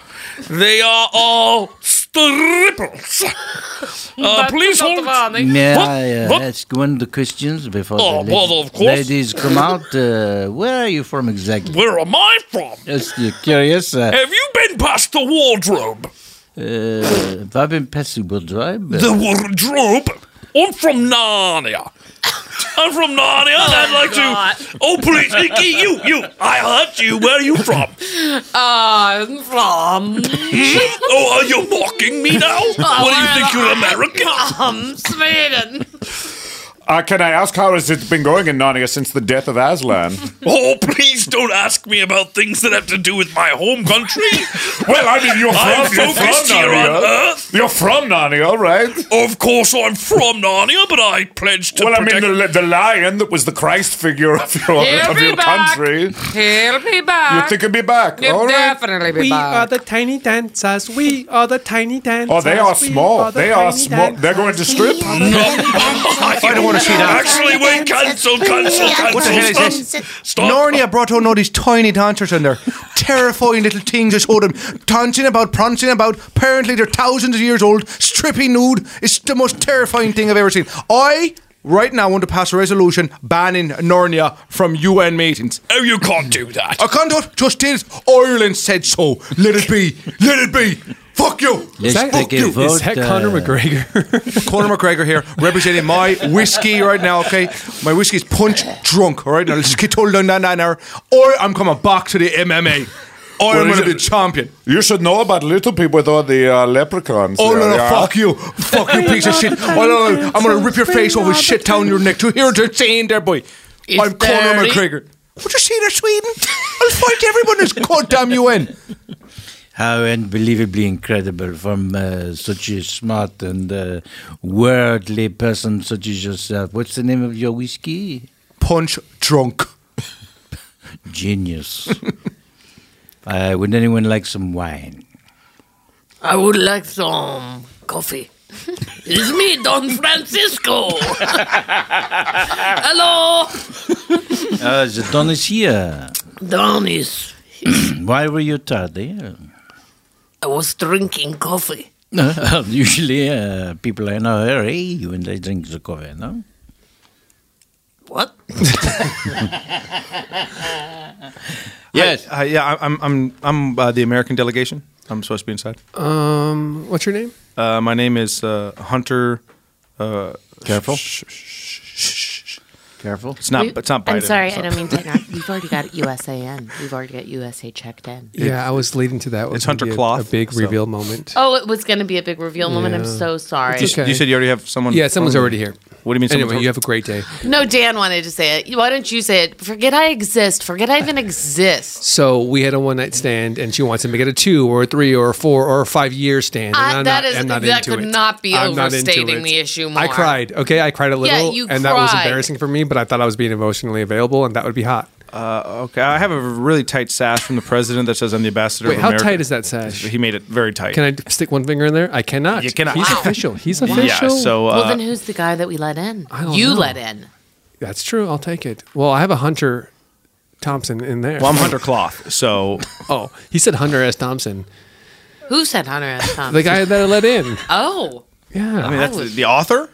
Speaker 7: They are all strippers. Uh,
Speaker 12: That's
Speaker 7: please
Speaker 12: not
Speaker 7: hold.
Speaker 12: funny.
Speaker 1: May
Speaker 7: What?
Speaker 1: I uh,
Speaker 7: What?
Speaker 1: ask one of the questions before
Speaker 7: Oh,
Speaker 1: the
Speaker 7: well, of course.
Speaker 1: ladies come out? Uh, where are you from exactly?
Speaker 7: Where am I from?
Speaker 1: Just uh, curious. Uh,
Speaker 7: Have you been past the wardrobe?
Speaker 1: uh, I've been past the wardrobe.
Speaker 7: The wardrobe? I'm from Narnia. I'm from Narnia, and I'd like to. Oh, please, Icky, you, you. I hurt you. Where are you from?
Speaker 12: I'm from. Oh,
Speaker 7: oh, are you mocking me now? What do you think you're American?
Speaker 12: Um, Sweden.
Speaker 5: Uh, can I ask how has it been going in Narnia since the death of Aslan?
Speaker 7: Oh, please don't ask me about things that have to do with my home country.
Speaker 5: well, I mean, you're from,
Speaker 7: I'm
Speaker 5: you're from
Speaker 7: focused here
Speaker 5: Narnia.
Speaker 7: on Earth.
Speaker 5: You're from Narnia, right?
Speaker 7: Of course, I'm from Narnia, but I pledge to
Speaker 5: well,
Speaker 7: protect.
Speaker 5: I mean, the, the lion that was the Christ figure of your,
Speaker 12: He'll
Speaker 5: of
Speaker 12: be
Speaker 5: your
Speaker 12: back.
Speaker 5: country.
Speaker 12: He'll be back.
Speaker 5: You think it'll be back?
Speaker 12: You'll
Speaker 5: All right.
Speaker 12: definitely be
Speaker 4: We are
Speaker 12: back.
Speaker 4: the tiny dancers. We are the tiny dancers.
Speaker 5: Oh, they are
Speaker 4: We
Speaker 5: small.
Speaker 4: the
Speaker 5: they are
Speaker 4: tiny
Speaker 5: small.
Speaker 4: dan-
Speaker 5: They're going to strip.
Speaker 7: I
Speaker 5: don't wanna see that.
Speaker 7: Actually, wait, cancel, cancel, cancel.
Speaker 8: What the hell
Speaker 7: stop.
Speaker 8: is this? Narnia brought on all these tiny dancers in there. Terrifying little things. I saw them dancing about, prancing about. Apparently, they're thousands of years old, stripping nude. It's the most terrifying thing I've ever seen. I, right now, want to pass a resolution banning Narnia from UN meetings.
Speaker 7: Oh, you can't do that.
Speaker 8: I can't do it. Just is. Ireland said so. Let it be. Let it be. Fuck you.
Speaker 1: Let's
Speaker 8: Fuck
Speaker 1: take a
Speaker 8: you.
Speaker 1: vote, Is that Conor uh,
Speaker 8: McGregor? Conor McGregor here, representing my whiskey right now, okay? My whiskey's punch drunk, all right? Now let's get told on that an hour. Or I'm coming back to the MMA. Or
Speaker 5: Well,
Speaker 8: I'm
Speaker 5: you
Speaker 8: going to be
Speaker 5: should-
Speaker 8: champion.
Speaker 5: You should know about little people with all the uh, leprechauns.
Speaker 8: Oh,
Speaker 5: there.
Speaker 8: no, no,
Speaker 5: Yeah.
Speaker 8: fuck you. Fuck you, piece of shit. Oh, no, no, I'm going to rip your face off and shit down your neck. Do you hear what they're saying there, boy? I'm Conor
Speaker 12: there-
Speaker 8: McGregor. What you say there, Sweden? I'll fight everyone that's goddamn UN.
Speaker 1: How unbelievably incredible from uh, such a smart and uh, worldly person such as yourself. What's the name of your whiskey?
Speaker 8: Punch drunk.
Speaker 1: Genius. uh, would anyone like some wine?
Speaker 12: I would like some coffee. it's me, Don Francisco. Hello.
Speaker 1: Uh, the Don is here.
Speaker 12: Don is.
Speaker 1: Why were you tardy?
Speaker 12: I was drinking coffee.
Speaker 1: Usually, uh, people are in a hurry when they drink the coffee, no?
Speaker 12: What?
Speaker 15: Yes. I, uh, yeah, I- I'm, I'm, I'm uh, the American delegation. I'm supposed to be inside.
Speaker 4: Um, what's your name?
Speaker 15: Uh, my name is uh, Hunter. Uh,
Speaker 1: Careful.
Speaker 15: Sh- sh- sh- sh-
Speaker 1: Careful.
Speaker 15: It's not.
Speaker 2: We-
Speaker 15: It's not Biden.
Speaker 2: I'm sorry, I don't mean to. interrupt. We've already got USAN. We've already got USA checked in.
Speaker 4: Yeah, I was leading to that. It was
Speaker 15: It's Hunter
Speaker 4: gonna be a-
Speaker 15: Cloth,
Speaker 4: A big
Speaker 15: so-
Speaker 4: reveal moment.
Speaker 2: Oh, it was going to be a big reveal moment. I'm
Speaker 4: Yeah.
Speaker 2: so sorry.
Speaker 15: You, s- you said you already have someone.
Speaker 4: Yeah, someone's
Speaker 15: from-
Speaker 4: already here.
Speaker 15: What do you mean?
Speaker 4: Anyway,
Speaker 15: someone's-
Speaker 4: you have a great day.
Speaker 2: No, Dan wanted to say it. Why don't you say it? Forget I exist. Forget I even exist.
Speaker 4: So we had a one night stand, and she wants him to get a two or a three or a four or a five year stand. And
Speaker 2: I-
Speaker 4: I'm
Speaker 2: that
Speaker 4: not,
Speaker 2: is-
Speaker 4: I'm not
Speaker 2: that
Speaker 4: into
Speaker 2: could
Speaker 4: it.
Speaker 2: not be
Speaker 4: I'm not into
Speaker 2: overstating
Speaker 4: it.
Speaker 2: the issue
Speaker 4: I
Speaker 2: more.
Speaker 4: cried. Okay, I cried a
Speaker 2: Yeah,
Speaker 4: little,
Speaker 2: you
Speaker 4: and that was
Speaker 2: cried.
Speaker 4: embarrassing for me. But I thought I was being emotionally available, and that would be hot.
Speaker 15: Uh, okay, I have a really tight sash from the president that says I'm the ambassador.
Speaker 4: Wait,
Speaker 15: of
Speaker 4: how
Speaker 15: America.
Speaker 4: tight is that sash?
Speaker 15: He made it very tight.
Speaker 4: Can I d- stick one finger in there? I cannot. You
Speaker 15: cannot.
Speaker 4: He's
Speaker 15: Wow.
Speaker 4: official. He's
Speaker 15: Yeah,
Speaker 4: official.
Speaker 15: so, uh,
Speaker 2: well, then who's the guy that we let in?
Speaker 4: don't
Speaker 2: You
Speaker 4: know.
Speaker 2: let in.
Speaker 4: that's true. I'll take it. Well, I have a Hunter Thompson in there.
Speaker 15: Well, I'm Hunter Cloth, so
Speaker 4: oh, he said Hunter S. Thompson,
Speaker 2: Who said Hunter S. Thompson?
Speaker 4: the guy that I let in.
Speaker 2: Oh.
Speaker 4: Yeah,
Speaker 15: I mean that's the author.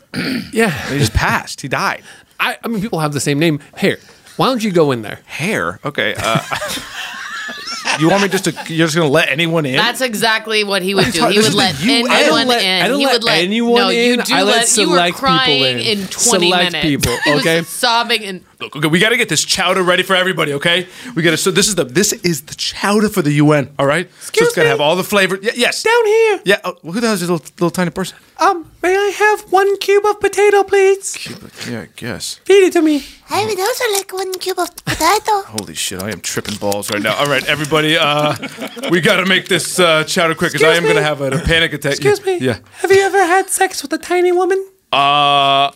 Speaker 4: yeah.
Speaker 15: He just passed. He died.
Speaker 4: I, I mean, people have the same name. Hair. Why don't you go in there?
Speaker 15: Hair. Okay. Uh,
Speaker 8: You want me just to? You're just gonna let anyone in?
Speaker 2: That's exactly what he would do.
Speaker 8: talking-
Speaker 2: He
Speaker 8: this
Speaker 2: would
Speaker 8: is
Speaker 2: let
Speaker 8: the UN. I
Speaker 2: anyone
Speaker 8: don't let-
Speaker 2: in.
Speaker 8: I don't
Speaker 2: he
Speaker 8: let
Speaker 2: would let
Speaker 8: anyone
Speaker 2: no, You
Speaker 8: in.
Speaker 2: do
Speaker 8: I let
Speaker 2: you were
Speaker 8: select people
Speaker 2: crying
Speaker 8: in.
Speaker 2: in twenty
Speaker 8: Select
Speaker 2: minutes.
Speaker 8: people,
Speaker 2: He was
Speaker 8: okay?
Speaker 2: sobbing and
Speaker 8: Look, okay, we got to get this chowder ready for everybody. Okay, we got to. So this is the this is the chowder for the UN. All right, so it's gonna have all the flavor. y- yes, down
Speaker 4: here.
Speaker 8: Yeah. Oh, who the hell is this little, little tiny person?
Speaker 4: Um, may I have one cube of potato, please?
Speaker 8: Yeah, I guess.
Speaker 4: Feed it to me.
Speaker 16: I would also like one cube of potato.
Speaker 8: Holy shit, I am tripping balls right now. All right, everybody, uh, we got to make this uh, chowder quick because I
Speaker 4: Excuse
Speaker 8: am going to
Speaker 4: me.
Speaker 8: have a, a panic attack.
Speaker 4: Excuse me.
Speaker 8: Yeah.
Speaker 4: Have you ever had sex with a tiny woman?
Speaker 8: Uh,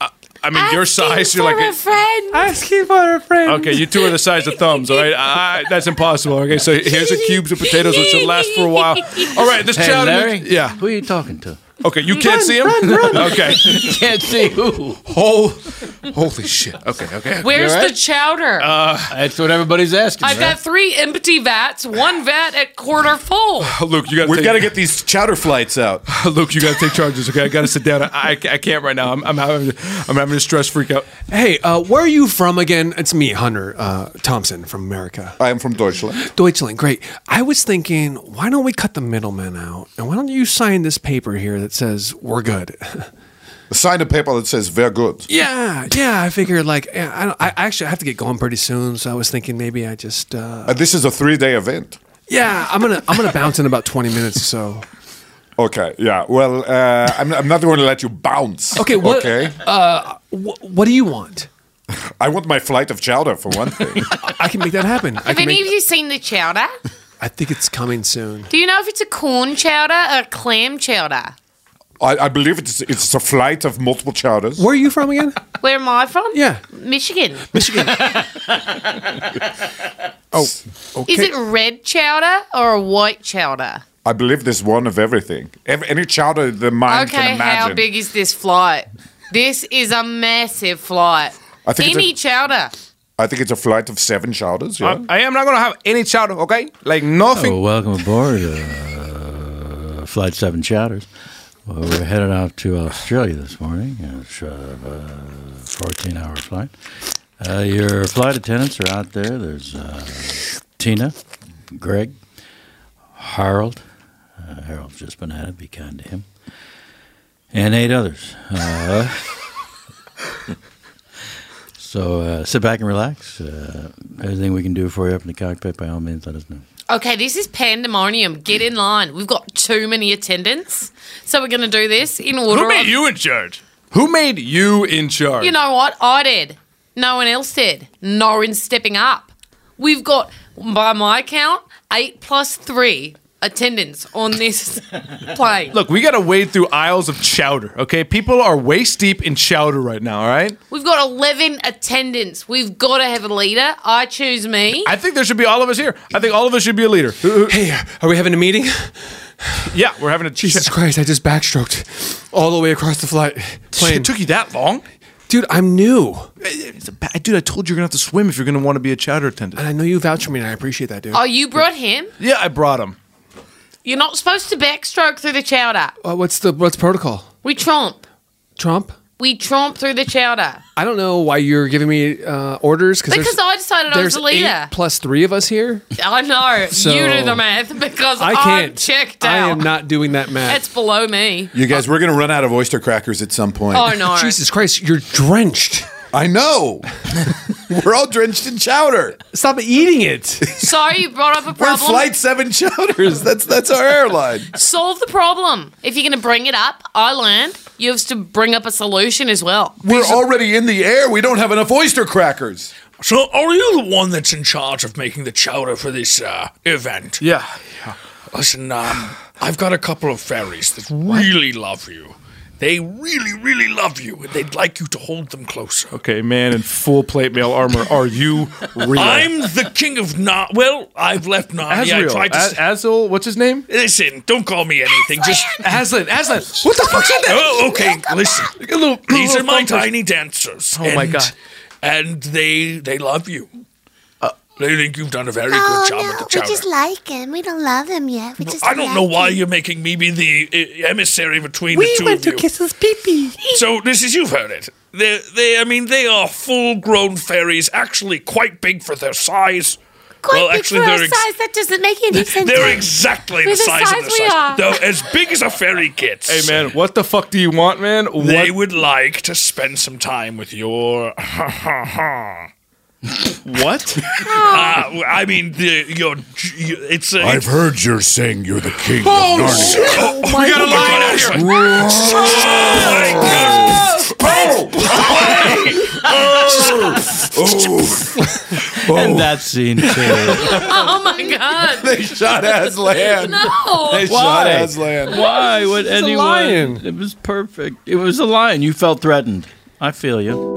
Speaker 8: I, I mean, your size, you're like. A,
Speaker 4: friend. Asking for a friend.
Speaker 8: okay, you two are the size of thumbs, all right? I, that's impossible. Okay, so here's a cubes of potatoes, which should last for a while. All right, this
Speaker 1: Hey,
Speaker 8: chowder.
Speaker 1: Larry,
Speaker 8: yeah.
Speaker 1: Who are you talking to?
Speaker 8: Okay, you can't
Speaker 1: Run,
Speaker 8: see him?
Speaker 1: run, run.
Speaker 8: Okay.
Speaker 1: Can't see who?
Speaker 8: Whole, holy shit. Okay, okay. okay.
Speaker 2: where's the chowder?
Speaker 8: Uh,
Speaker 1: That's what everybody's asking.
Speaker 2: I've got three empty vats, one vat at quarter full.
Speaker 8: Luke, you got.
Speaker 5: We've got to get these chowder flights out.
Speaker 8: Luke, you got to take charges. Okay, I got to sit down. I, I, I can't right now. I'm, I'm having I'm having a stress freak out.
Speaker 4: Hey, uh, where are you from again? It's me, Hunter uh, Thompson from America.
Speaker 5: I am from Deutschland.
Speaker 4: Deutschland, great. I was thinking, why don't we cut the middleman out? And why don't you sign this paper here that says we're good?
Speaker 5: Sign a paper that says "Very good."
Speaker 4: yeah, yeah. I figured, like, yeah, I, don't, I actually I have to get going pretty soon. So I was thinking maybe I just. Uh,
Speaker 5: Uh, this is a three-day event.
Speaker 4: yeah, I'm gonna I'm gonna bounce in about 20 minutes. So
Speaker 5: Okay. Yeah. Well, uh, I'm, I'm not going to let you bounce.
Speaker 4: okay, what
Speaker 5: Okay.
Speaker 4: uh, wh- what do you want?
Speaker 5: I want my flight of chowder for one thing.
Speaker 4: I can make that happen. I
Speaker 2: Have
Speaker 4: can
Speaker 2: any
Speaker 4: make,
Speaker 2: of you seen the chowder?
Speaker 4: I think it's coming soon.
Speaker 2: Do you know if it's a corn chowder or a clam chowder?
Speaker 5: I, I believe it's it's a flight of multiple chowders.
Speaker 4: Where are you from again?
Speaker 2: Where am I from?
Speaker 4: Yeah.
Speaker 2: Michigan.
Speaker 4: Michigan.
Speaker 5: Oh, okay.
Speaker 2: Is it red chowder or white chowder?
Speaker 5: I believe there's one of everything. Ev- any chowder the mind can
Speaker 2: okay,
Speaker 5: imagine.
Speaker 2: how big is this flight? This is a massive flight.
Speaker 5: I think it's
Speaker 2: any
Speaker 5: a-
Speaker 2: chowder.
Speaker 5: I think it's a flight of seven chowders. Yeah.
Speaker 8: I, I am not gonna have any chowder. Okay, like nothing.
Speaker 1: Oh, welcome aboard uh, Flight 7 Chowders. Well, we're headed out to Australia this morning. It's uh, a 14 hour flight. Uh, your flight attendants are out there. There's uh, Tina, Greg, Harold. Uh, Harold's just been added. Be kind to him. And eight others. Uh, so uh, sit back and relax. Uh, anything we can do for you up in the cockpit, by all means, let us know.
Speaker 2: Okay, this is pandemonium. Get in line. We've got too many attendants. So we're going to do this in order.
Speaker 8: Who made
Speaker 2: of-
Speaker 8: you in charge? Who made you in charge?
Speaker 2: You know what? I did. No one else did. No one's stepping up. We've got, by my count, eight plus three attendants on this plane.
Speaker 8: Look, we got to wade through aisles of chowder, okay? People are waist deep in chowder right now, all right?
Speaker 2: We've got 11 attendants. We've got to have a leader. I choose me.
Speaker 8: I think there should be all of us here. I think all of us should be a leader. Hey,
Speaker 4: are we having a meeting?
Speaker 8: Yeah, we're having a
Speaker 4: Jesus Christ, I just backstroked all the way across the flight. Plane.
Speaker 8: It took you that long?
Speaker 4: Dude, I'm new.
Speaker 8: It's a ba- dude, I told you you're going to have to swim if you're going to want to be a chowder attendant.
Speaker 4: And I know you vouch for me, and I appreciate that, dude.
Speaker 2: Oh, you brought him?
Speaker 8: Yeah, I brought him.
Speaker 2: You're not supposed to backstroke through the chowder.
Speaker 4: Uh, what's the what's protocol?
Speaker 2: We tromp.
Speaker 4: Trump?
Speaker 2: We tromp through the chowder.
Speaker 4: I don't know why you're giving me uh, orders there's-
Speaker 2: Because I decided I was
Speaker 4: there's
Speaker 2: the leader.
Speaker 4: eight plus three of us here.
Speaker 2: I know.
Speaker 4: So-
Speaker 2: you do the math because
Speaker 4: I
Speaker 2: I
Speaker 4: can't.
Speaker 2: am checked out.
Speaker 4: I am not doing that math.
Speaker 2: That's below me.
Speaker 5: You guys, we're going to run out of oyster crackers at some point.
Speaker 2: Oh, no.
Speaker 4: Jesus Christ, you're drenched.
Speaker 5: I know. we're all drenched in chowder.
Speaker 4: Stop eating it.
Speaker 2: Sorry, you brought up a
Speaker 5: We're
Speaker 2: problem.
Speaker 5: flight seven chowders. That's that's our airline.
Speaker 2: Solve the problem. If you're going to bring it up, I learned you have to bring up a solution as well.
Speaker 5: We're already in the air. We don't have enough oyster crackers.
Speaker 7: So, are you the one that's in charge of making the chowder for this uh, event?
Speaker 8: Yeah.
Speaker 7: Listen, um, I've got a couple of fairies that really love you. They really, really love you, and they'd like you to hold them closer.
Speaker 8: Okay, man in full plate mail armor, are you real?
Speaker 7: I'm the king of Na. Well, I've left Narnia. I
Speaker 8: Asriel.
Speaker 7: tried to.
Speaker 8: A- Azul, what's his name?
Speaker 7: Listen, don't call me anything. Just
Speaker 8: Aslan. Aslan. What the fuck's in there?
Speaker 7: Oh, okay. Listen, these
Speaker 8: little
Speaker 7: are my
Speaker 8: thumpers.
Speaker 7: tiny dancers.
Speaker 8: Oh, my
Speaker 7: and-
Speaker 8: God. Uh,
Speaker 7: And they they love you. they think you've done a very
Speaker 16: no,
Speaker 7: good job
Speaker 16: Oh, no,
Speaker 7: with the
Speaker 16: we
Speaker 7: chowder.
Speaker 16: just like him. We don't love him yet. We just
Speaker 7: I don't
Speaker 16: like
Speaker 7: know why
Speaker 16: him.
Speaker 7: you're making me be the uh, emissary between the two of you.
Speaker 16: his pee
Speaker 7: So this is you've heard it. They, they, I mean, they are full-grown fairies, actually quite big for their size.
Speaker 16: quite
Speaker 7: Well,
Speaker 16: big
Speaker 7: actually,
Speaker 16: for our
Speaker 7: they're ex-
Speaker 16: size. That doesn't make any sense.
Speaker 7: They're exactly
Speaker 16: We're
Speaker 7: the size, of the
Speaker 16: we
Speaker 7: size.
Speaker 16: are.
Speaker 7: Though as big as a fairy gets.
Speaker 8: Hey man, what the fuck do you want, man? What?
Speaker 7: They would like to spend some time with your.
Speaker 8: what?
Speaker 7: Uh, I mean, the, your. It's. A,
Speaker 17: I've heard you're saying you're the king
Speaker 7: Oh,
Speaker 17: of Narnia.
Speaker 7: shit. Oh, my
Speaker 17: we got a
Speaker 7: God.
Speaker 17: line out here.
Speaker 7: Oh,
Speaker 8: Oh.
Speaker 1: And that scene too.
Speaker 2: oh my god!
Speaker 5: They shot Aslan.
Speaker 2: No.
Speaker 5: They shot Aslan.
Speaker 1: Why would
Speaker 5: It's a
Speaker 1: anyone?
Speaker 5: lion.
Speaker 1: It was perfect. It was a lion. You felt threatened. I feel you.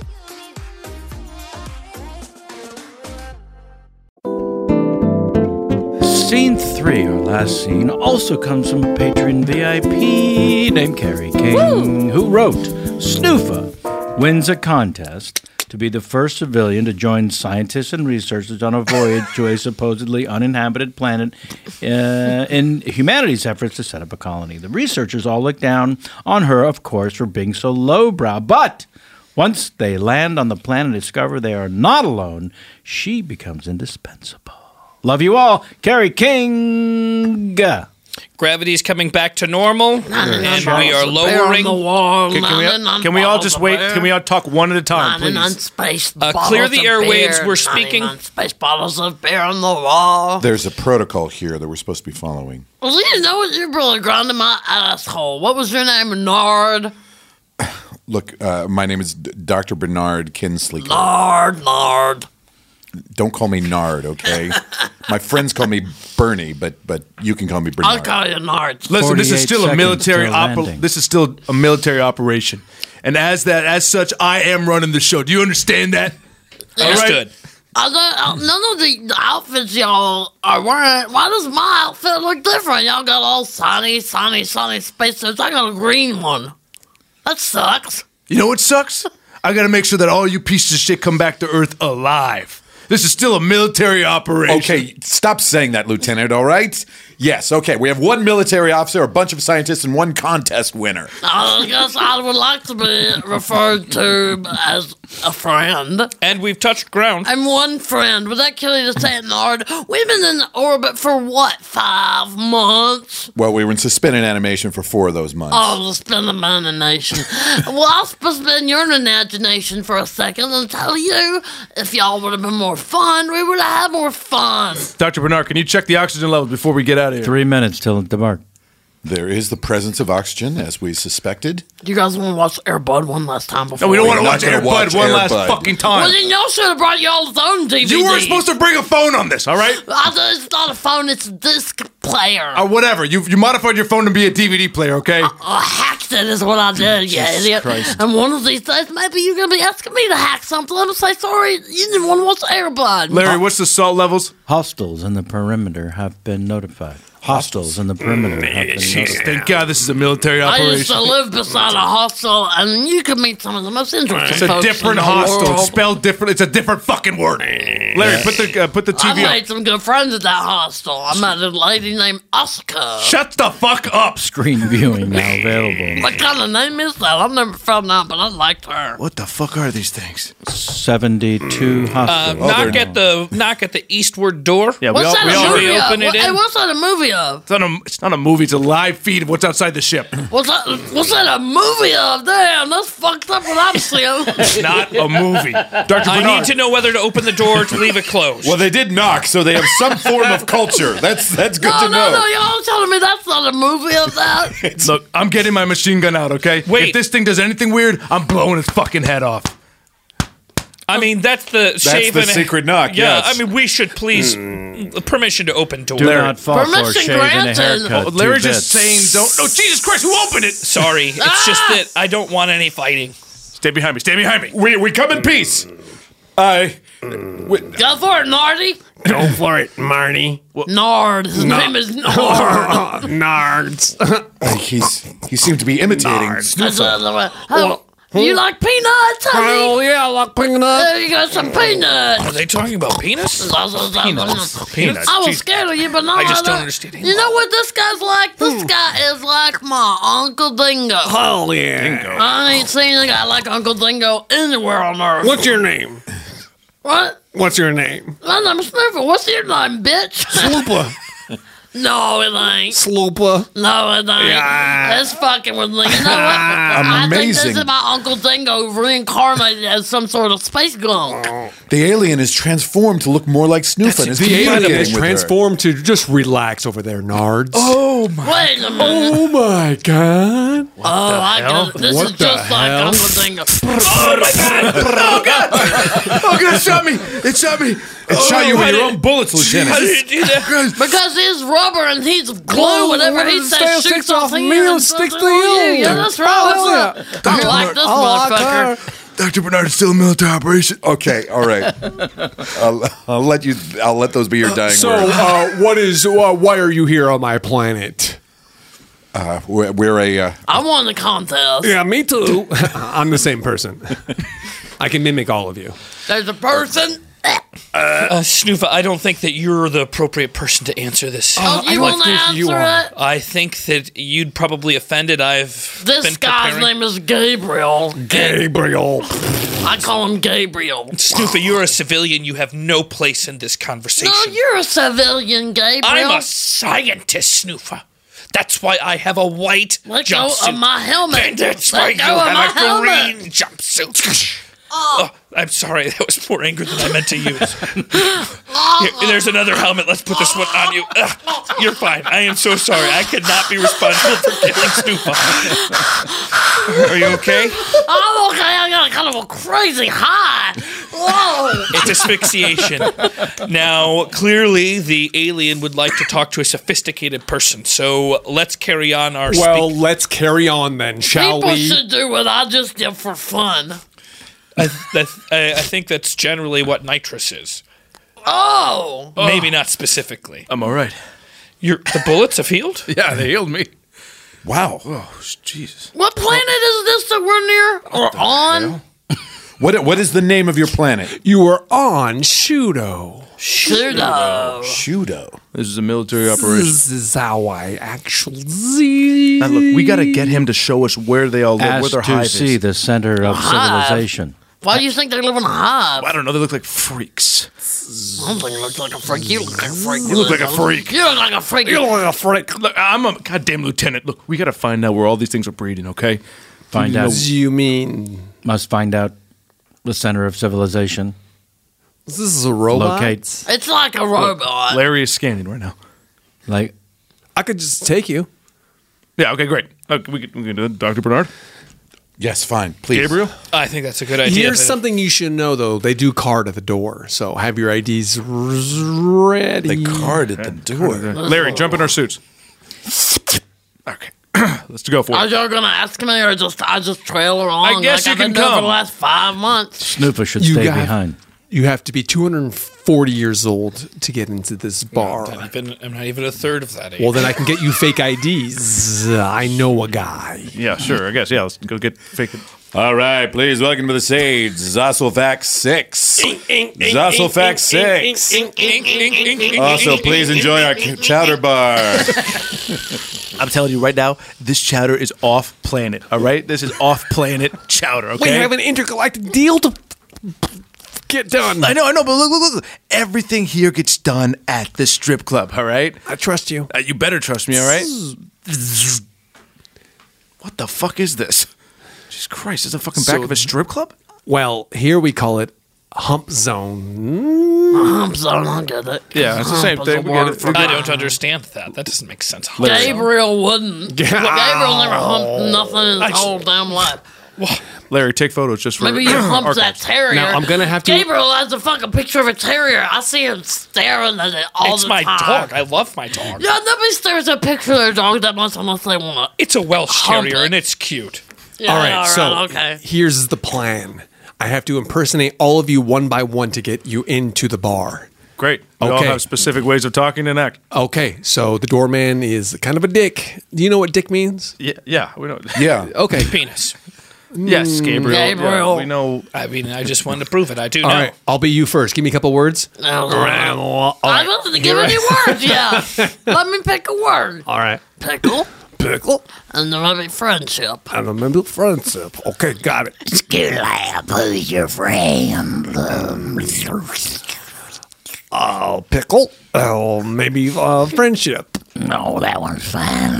Speaker 1: Scene three, our last scene, also comes from a patron VIP named Carrie King, who wrote Snoofa wins a contest to be the first civilian to join scientists and researchers on a voyage to a supposedly uninhabited planet uh, in humanity's efforts to set up a colony. The researchers all look down on her, of course, for being so lowbrow, but. Once they land on the planet and discover they are not alone, she becomes indispensable. Love you all. Carrie King.
Speaker 3: Gravity's coming back to normal, and we are lowering.
Speaker 8: Can, can we, can we all just wait? Can we all talk one at a time,
Speaker 3: Lining on
Speaker 8: please?
Speaker 3: space Uh, clear the airwaves. We're speaking. space bottles of beer on the wall.
Speaker 5: There's a protocol here that we're supposed to be following.
Speaker 12: Well, you know what? You're really grinding my asshole. What was your name? Nard.
Speaker 5: Look, uh, my name is D- Dr. Bernard Kinsley.
Speaker 12: Nard. Nard.
Speaker 5: Don't call me Nard, okay? my friends call me Bernie, but but you can call me Bernard.
Speaker 12: I'll call you Nard.
Speaker 8: Listen, this is still a military oper- This is still a military operation, and as that, as such, I am running the show. Do you understand that?
Speaker 3: Understood.
Speaker 12: I don't, uh, none of the the outfits y'all are wearing. Why does my outfit look different? Y'all got all sunny, sunny, sunny spacesuits. I got a green one. That sucks.
Speaker 8: You know what sucks? I got to make sure that all you pieces of shit come back to Earth alive. This is still a military operation.
Speaker 5: Okay, stop saying that, Lieutenant, all right? Yes, okay. We have one military officer, a bunch of scientists, and one contest winner.
Speaker 12: I guess I would like to be referred to as a friend.
Speaker 3: And we've touched ground.
Speaker 12: I'm one friend. Would that kill you to say it, Nard? We've been in orbit for what, five months?
Speaker 5: Well, we were in suspended animation for four of those months.
Speaker 12: Oh, the spin of my imagination. well, I'll spin your imagination for a second and tell you if y'all would have been more fun, we would have had more fun.
Speaker 8: Dr. Bernard, can you check the oxygen levels before we get out of here?
Speaker 1: Three minutes till the mark.
Speaker 5: There is the presence of oxygen, as we suspected.
Speaker 12: Do you guys want to watch Air Bud one last time before?
Speaker 5: we don't wanna We're not watch gonna Air Bud watch one Air last Bud. fucking time.
Speaker 12: Well, then y'all should have brought y'all's own DVD.
Speaker 8: You were supposed to bring a phone on this, all right?
Speaker 12: I said it's not a phone, it's a disc player.
Speaker 8: Or whatever. You you modified your phone to be a DVD player, okay?
Speaker 12: I hacked it Oh, is what I did, you
Speaker 8: Jesus
Speaker 12: idiot.
Speaker 8: Christ.
Speaker 12: And one of these days, maybe you're going to be asking me to hack something. I'm going to say, sorry, you didn't want to watch Air Bud.
Speaker 8: what's the salt levels?
Speaker 1: Hostiles in the perimeter have been notified. Hostiles in the
Speaker 8: Mm,
Speaker 1: perimeter have been notified.
Speaker 8: Thank God this is a military
Speaker 12: I used
Speaker 8: operation.
Speaker 12: to live beside a hostel, and you could meet some of the most interesting
Speaker 8: It's a
Speaker 12: folks in
Speaker 8: different
Speaker 12: the
Speaker 8: hostel. It's
Speaker 12: world.
Speaker 8: spelled different. It's a different fucking word. Larry, put the uh, put the
Speaker 12: I
Speaker 8: TV on.
Speaker 12: made some good friends at that hostel. I met a lady named Oscar.
Speaker 8: Shut the fuck up.
Speaker 1: Screen viewing now available.
Speaker 12: What kind of name is that? I've never found out, but I liked her.
Speaker 8: What the fuck are these things? Mm.
Speaker 1: 72
Speaker 3: Uh,
Speaker 1: hospitals.
Speaker 3: knock at the knock at the eastward door.
Speaker 8: Yeah,
Speaker 12: what's that a movie of?
Speaker 3: open it
Speaker 12: What- hey,
Speaker 3: in.
Speaker 12: what's that a movie of?
Speaker 8: It's not a it's not a movie. It's a live feed of what's outside the ship.
Speaker 12: What's that, what's that a movie of? Damn, that's fucked up what I'm seeing.
Speaker 8: It's not a movie. Dr.
Speaker 3: I
Speaker 8: Bernard.
Speaker 3: need to know whether to open the door or to leave it closed.
Speaker 5: Well, they did knock, so they have some form of culture. That's that's good
Speaker 12: no,
Speaker 5: to
Speaker 12: no,
Speaker 5: know.
Speaker 12: no, y'all telling me that's not a movie of that.
Speaker 8: Look, I'm getting my machine gun out, okay? Wait. If this thing does anything weird, I'm blowing its fucking head off.
Speaker 3: I mean, that's the
Speaker 8: the
Speaker 3: shaven.
Speaker 8: secret knock,
Speaker 3: Yeah,
Speaker 8: yes.
Speaker 3: I mean, we should please permission to open door.
Speaker 1: Do not fall for
Speaker 3: Permission
Speaker 1: shaving a
Speaker 3: granted.
Speaker 1: haircut.
Speaker 8: Oh,
Speaker 1: two
Speaker 8: Larry just
Speaker 1: bits.
Speaker 8: saying, don't. No, Jesus Christ, who opened it?
Speaker 3: Sorry, it's
Speaker 12: Ah!
Speaker 3: just that I don't want any fighting.
Speaker 8: Stay behind me. Stay behind me.
Speaker 5: We, we come in peace. I.
Speaker 12: Go for it, Nardy.
Speaker 4: Go for it, Marty.
Speaker 12: Nard. His name is Nard.
Speaker 4: Nards.
Speaker 5: Like Uh, he's he seemed to be imitating
Speaker 12: That's another
Speaker 5: Snoofa.
Speaker 12: one. Oh, you like peanuts, honey?
Speaker 4: Oh, yeah, I like peanuts.
Speaker 12: There you go, some peanuts.
Speaker 3: Are they talking about penis?
Speaker 12: Peanuts.
Speaker 3: Peanuts.
Speaker 12: I was
Speaker 3: Jesus.
Speaker 12: scared of you, but no,
Speaker 3: I just don't
Speaker 12: don't.
Speaker 3: understand
Speaker 12: You know what this guy's like? This guy is like my Uncle Dingo.
Speaker 4: Hell yeah.
Speaker 12: I ain't seen a guy like Uncle Dingo anywhere on earth.
Speaker 4: What's your name?
Speaker 12: What?
Speaker 4: What's your name?
Speaker 12: My name's Snooper. What's your name, bitch?
Speaker 4: Sloopa.
Speaker 12: No, it ain't.
Speaker 5: Slooper.
Speaker 12: No, it ain't.
Speaker 5: Yeah.
Speaker 12: That's fucking with me. You know what? I think this is
Speaker 5: Amazing.
Speaker 12: my Uncle Dingo reincarnated as some sort of space gunk.
Speaker 4: Oh,
Speaker 5: The alien is transformed to look more like Snoof and is
Speaker 4: the alien is
Speaker 5: communicating with her.
Speaker 4: transformed to just relax over there, Nards.
Speaker 5: Oh my!
Speaker 12: Wait a minute.
Speaker 4: Oh my god!
Speaker 12: oh, I
Speaker 4: hell?
Speaker 12: got This
Speaker 4: What
Speaker 12: is
Speaker 4: the
Speaker 12: just like
Speaker 4: hell?
Speaker 12: Uncle Dingo. oh my god!
Speaker 5: Oh god!
Speaker 4: Oh god! It shot me! It shot me!
Speaker 5: It shot you with your own bullets, Lieutenant.
Speaker 12: Because he's rubber and he's glue, whatever he says shoots off him. and
Speaker 4: sticks
Speaker 12: something on you. Yeah, that's right.
Speaker 4: Oh,
Speaker 12: that's right.
Speaker 4: yeah.
Speaker 12: I like this motherfucker.
Speaker 5: Dr. Bernard is still a military operation. Okay, all right. I'll, I'll let you. I'll let those be your dying
Speaker 4: So,
Speaker 5: words.
Speaker 4: uh, what is? Uh, why are you here on my planet?
Speaker 5: Uh, we're, we're a. Uh,
Speaker 12: I won the contest.
Speaker 4: Yeah, me too. I'm the same person. I can mimic all of you.
Speaker 12: There's a person.
Speaker 3: Uh, Snoofa, I don't think that you're the appropriate person to answer this.
Speaker 12: Oh, you want to answer it?
Speaker 3: I think that you'd probably offended. I've
Speaker 12: This
Speaker 3: been
Speaker 12: guy's
Speaker 3: preparing-
Speaker 12: name is Gabriel.
Speaker 4: Gabriel.
Speaker 12: I call him Gabriel.
Speaker 3: Snoofa, you're a civilian. You have no place in this conversation.
Speaker 12: No, you're a civilian, Gabriel.
Speaker 3: I'm a scientist, Snoofa. That's why I have a white
Speaker 12: Let go of
Speaker 3: jumpsuit.
Speaker 12: my helmet.
Speaker 3: And that's
Speaker 12: Let
Speaker 3: why
Speaker 12: go
Speaker 3: you
Speaker 12: of my
Speaker 3: have a
Speaker 12: helmet.
Speaker 3: green jumpsuit. Oh, I'm sorry. That was more anger than I meant to use.
Speaker 12: Oh.
Speaker 3: Here, there's another helmet. Let's put this one on you. Ugh, you're fine. I am so sorry. I could not be responsible for killing Snoopa. Are you okay?
Speaker 12: Oh, okay. I got kind of a crazy high. Whoa.
Speaker 3: It's asphyxiation. Now, clearly, the alien would like to talk to a sophisticated person, so let's carry on our
Speaker 4: Well, let's carry on then, shall
Speaker 12: People
Speaker 4: we?
Speaker 12: should do what I just did for fun.
Speaker 3: That, I, I think that's generally what nitrous is.
Speaker 12: Oh.
Speaker 3: Maybe not specifically.
Speaker 8: I'm all right.
Speaker 3: Your the bullets have healed.
Speaker 8: yeah, they healed me.
Speaker 5: Wow.
Speaker 8: Oh, Jesus.
Speaker 12: What planet is this that we're near or on?
Speaker 5: what What is the name of your planet?
Speaker 4: You are on Shudo.
Speaker 12: Shudo.
Speaker 5: Shudo.
Speaker 8: This is a military operation.
Speaker 4: This is how I actually.
Speaker 8: Now look, we got to get him to show us where they all live,
Speaker 1: Ash
Speaker 8: where their hive is.
Speaker 1: 2C, the center of
Speaker 12: Hive?
Speaker 1: civilization.
Speaker 12: Why do you think they live in a hive?
Speaker 8: I don't know. They look like freaks.
Speaker 12: Something looks like a freak. You look like a freak.
Speaker 8: You look like a freak.
Speaker 12: You look like a freak.
Speaker 8: a freak. Look, I'm a goddamn lieutenant. Look, we got to find out where all these things are breeding. Okay,
Speaker 1: Find out.
Speaker 4: You mean
Speaker 1: must find out the center of civilization.
Speaker 4: This is a robot.
Speaker 1: Locate.
Speaker 12: It's like a robot.
Speaker 8: Larry is scanning right now.
Speaker 1: Like,
Speaker 4: I could just take you.
Speaker 8: Yeah. Okay. Great. Okay, we can, we can do it. Doctor Bernard.
Speaker 5: Yes. Fine. Please.
Speaker 8: Gabriel.
Speaker 3: I think that's a good idea.
Speaker 4: Here's
Speaker 3: but-
Speaker 4: something you should know, though. They do card at the door, so have your IDs r- ready. The
Speaker 5: card at the door.
Speaker 8: Larry, jump in our suits. Okay, let's go for
Speaker 12: Are
Speaker 8: it.
Speaker 12: y'all gonna ask me, or just I just trail along?
Speaker 3: I guess
Speaker 12: like
Speaker 3: you
Speaker 12: I've been
Speaker 3: can
Speaker 12: doing for
Speaker 3: come.
Speaker 12: the last five months.
Speaker 1: Snoofa should
Speaker 4: You
Speaker 1: stay
Speaker 4: got-
Speaker 1: behind.
Speaker 4: You have to be 240 years old to get into this bar.
Speaker 3: I'm not, even, I'm not even a third of that age.
Speaker 4: Well, then I can get you fake IDs. I know a guy.
Speaker 8: Yeah, sure. I guess. Yeah, let's go get fake.
Speaker 7: All right, please welcome to the stage, Zosselfax 6. Zosselfax 6. Also, please enjoy our c- chowder bar.
Speaker 8: I'm telling you right now, this chowder is off planet. All right, this is off planet chowder. Okay,
Speaker 4: We have an intergalactic deal to get done.
Speaker 8: I know, I know, but look, look, look. Everything here gets done at the strip club, all right?
Speaker 4: I trust you.
Speaker 8: Uh, you better trust me, all right? what the fuck is this? Jesus Christ, is the fucking back
Speaker 4: So-
Speaker 8: of a strip club?
Speaker 4: Well, here we call it hump zone.
Speaker 12: I'm so long at it.
Speaker 4: Yeah, it's the same
Speaker 12: Hump is
Speaker 4: thing.
Speaker 12: a
Speaker 4: We get it
Speaker 12: word
Speaker 4: from-
Speaker 12: for
Speaker 3: I
Speaker 12: God.
Speaker 3: don't understand that. That doesn't make sense.
Speaker 12: Gabriel wouldn't. Gabriel
Speaker 8: Oh.
Speaker 12: never humped nothing in his whole damn life.
Speaker 8: Larry, take photos just for
Speaker 12: Maybe you humped that
Speaker 8: archives.
Speaker 12: terrier.
Speaker 8: Now, I'm gonna have to-
Speaker 12: Gabriel uh- has a fucking picture of a terrier. I see him staring at it all
Speaker 3: it's
Speaker 12: the
Speaker 3: my
Speaker 12: time.
Speaker 3: dog. I love my dog.
Speaker 12: Yeah, nobody stares at a picture of their dog that much unless they want.
Speaker 3: It's a Welsh
Speaker 12: Hump
Speaker 3: Terrier, and it's cute.
Speaker 12: Yeah,
Speaker 4: all right, so
Speaker 12: okay.
Speaker 4: here's the plan. I have to impersonate all of you one by one to get you into the bar.
Speaker 8: Great. We all
Speaker 4: Okay.
Speaker 8: have specific ways of talking and act.
Speaker 4: Okay, so the doorman is kind of a dick. Do you know what dick means?
Speaker 8: Yeah, yeah, we don't.
Speaker 4: Yeah. Mm. Okay.
Speaker 3: Penis.
Speaker 8: Yes, Gabriel. yeah,
Speaker 3: Gabriel.
Speaker 8: we know.
Speaker 3: I mean, I just wanted to prove it. I do
Speaker 4: All
Speaker 3: know.
Speaker 4: right, I'll be you first. Give me a couple words.
Speaker 12: No.
Speaker 4: All
Speaker 12: I
Speaker 4: right.
Speaker 12: wasn't giving any words, yeah. Let me pick a word.
Speaker 4: All right.
Speaker 12: Pickle.
Speaker 4: Pickle.
Speaker 12: And there might be friendship.
Speaker 4: And a member friendship. Okay, got it.
Speaker 12: Skilab, who's your friend? um,
Speaker 4: Oh, pickle. Oh, maybe uh, friendship.
Speaker 12: No, that one's fine.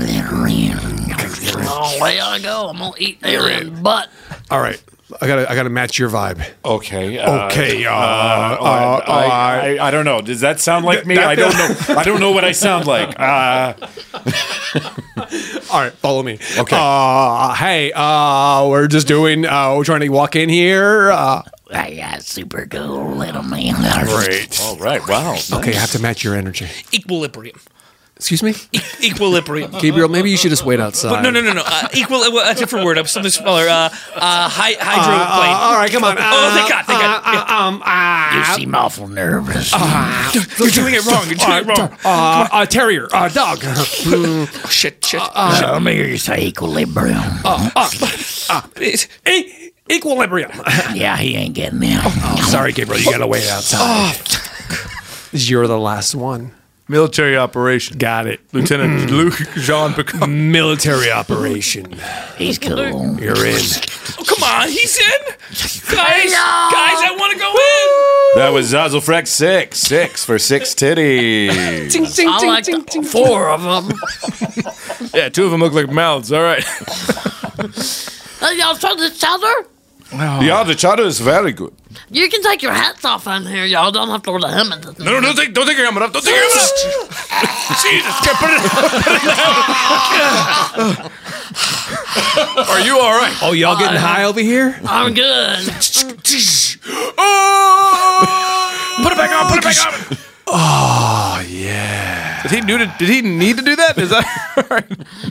Speaker 12: Oh, way I go. I'm gonna eat Aaron's butt.
Speaker 4: All right. I gotta, I gotta match your vibe.
Speaker 5: Okay. uh,
Speaker 4: okay. Uh,
Speaker 5: uh,
Speaker 4: uh,
Speaker 5: oh, I- I, I, I don't know. Does that sound like me? I don't know. I don't know what I sound like. Uh,
Speaker 4: All right, follow me. Okay. Uh, hey, uh, we're just doing. Uh, we're trying to walk in here. Uh,
Speaker 12: I got super cool little man.
Speaker 4: Great.
Speaker 5: All right. Wow.
Speaker 4: okay, I have to match your energy.
Speaker 3: Equilibrium.
Speaker 4: Excuse me,
Speaker 3: Equilibrium.
Speaker 4: Gabriel. Maybe you should just wait outside.
Speaker 3: But no, no, no, no. Uh, equal. Well, a different word. Up something smaller. Uh, uh, hy- hydroplane.
Speaker 4: Uh, uh, all right, come on.
Speaker 3: oh, thank God. Thank God. Uh,
Speaker 4: um, you
Speaker 12: seem awful nervous.
Speaker 3: You're doing it wrong. You're doing it wrong.
Speaker 4: Uh, a terrier, a dog.
Speaker 3: shit, shit.
Speaker 10: Oh.
Speaker 12: Tell Uh, me you say equilibrium.
Speaker 4: Uh, uh, uh, it's e- equilibrium.
Speaker 12: Yeah, he ain't getting out.
Speaker 4: Oh, sorry, Gabriel. You gotta wait outside.
Speaker 3: Oh.
Speaker 4: You're the last one.
Speaker 8: Military operation.
Speaker 4: Got it.
Speaker 8: Lieutenant Luke Jean Picard.
Speaker 4: Military operation.
Speaker 12: He's cool.
Speaker 4: You're in.
Speaker 3: Oh, come on. He's in. Guys, guys, I want to go
Speaker 5: that was Zazzlefrex six six for six
Speaker 3: in.
Speaker 5: titties.
Speaker 12: I like the- four of them.
Speaker 8: Yeah, two of them look like mouths. All right.
Speaker 12: y'all try this chowder?
Speaker 8: Oh.
Speaker 5: Yeah, the chowder is very good.
Speaker 12: You can take your hats off on here. Y'all don't have to wear the helmet.
Speaker 8: No, no, don't take, don't take your helmet off. Don't take your helmet off.
Speaker 3: Jesus, get- put it, put it down.
Speaker 8: Are you all right?
Speaker 4: Oh, y'all getting high over here?
Speaker 12: I'm good.
Speaker 8: Put it back on. Put it back on.
Speaker 4: Oh yeah.
Speaker 8: Did he do? To, did he need to do that? Is that?
Speaker 12: Well,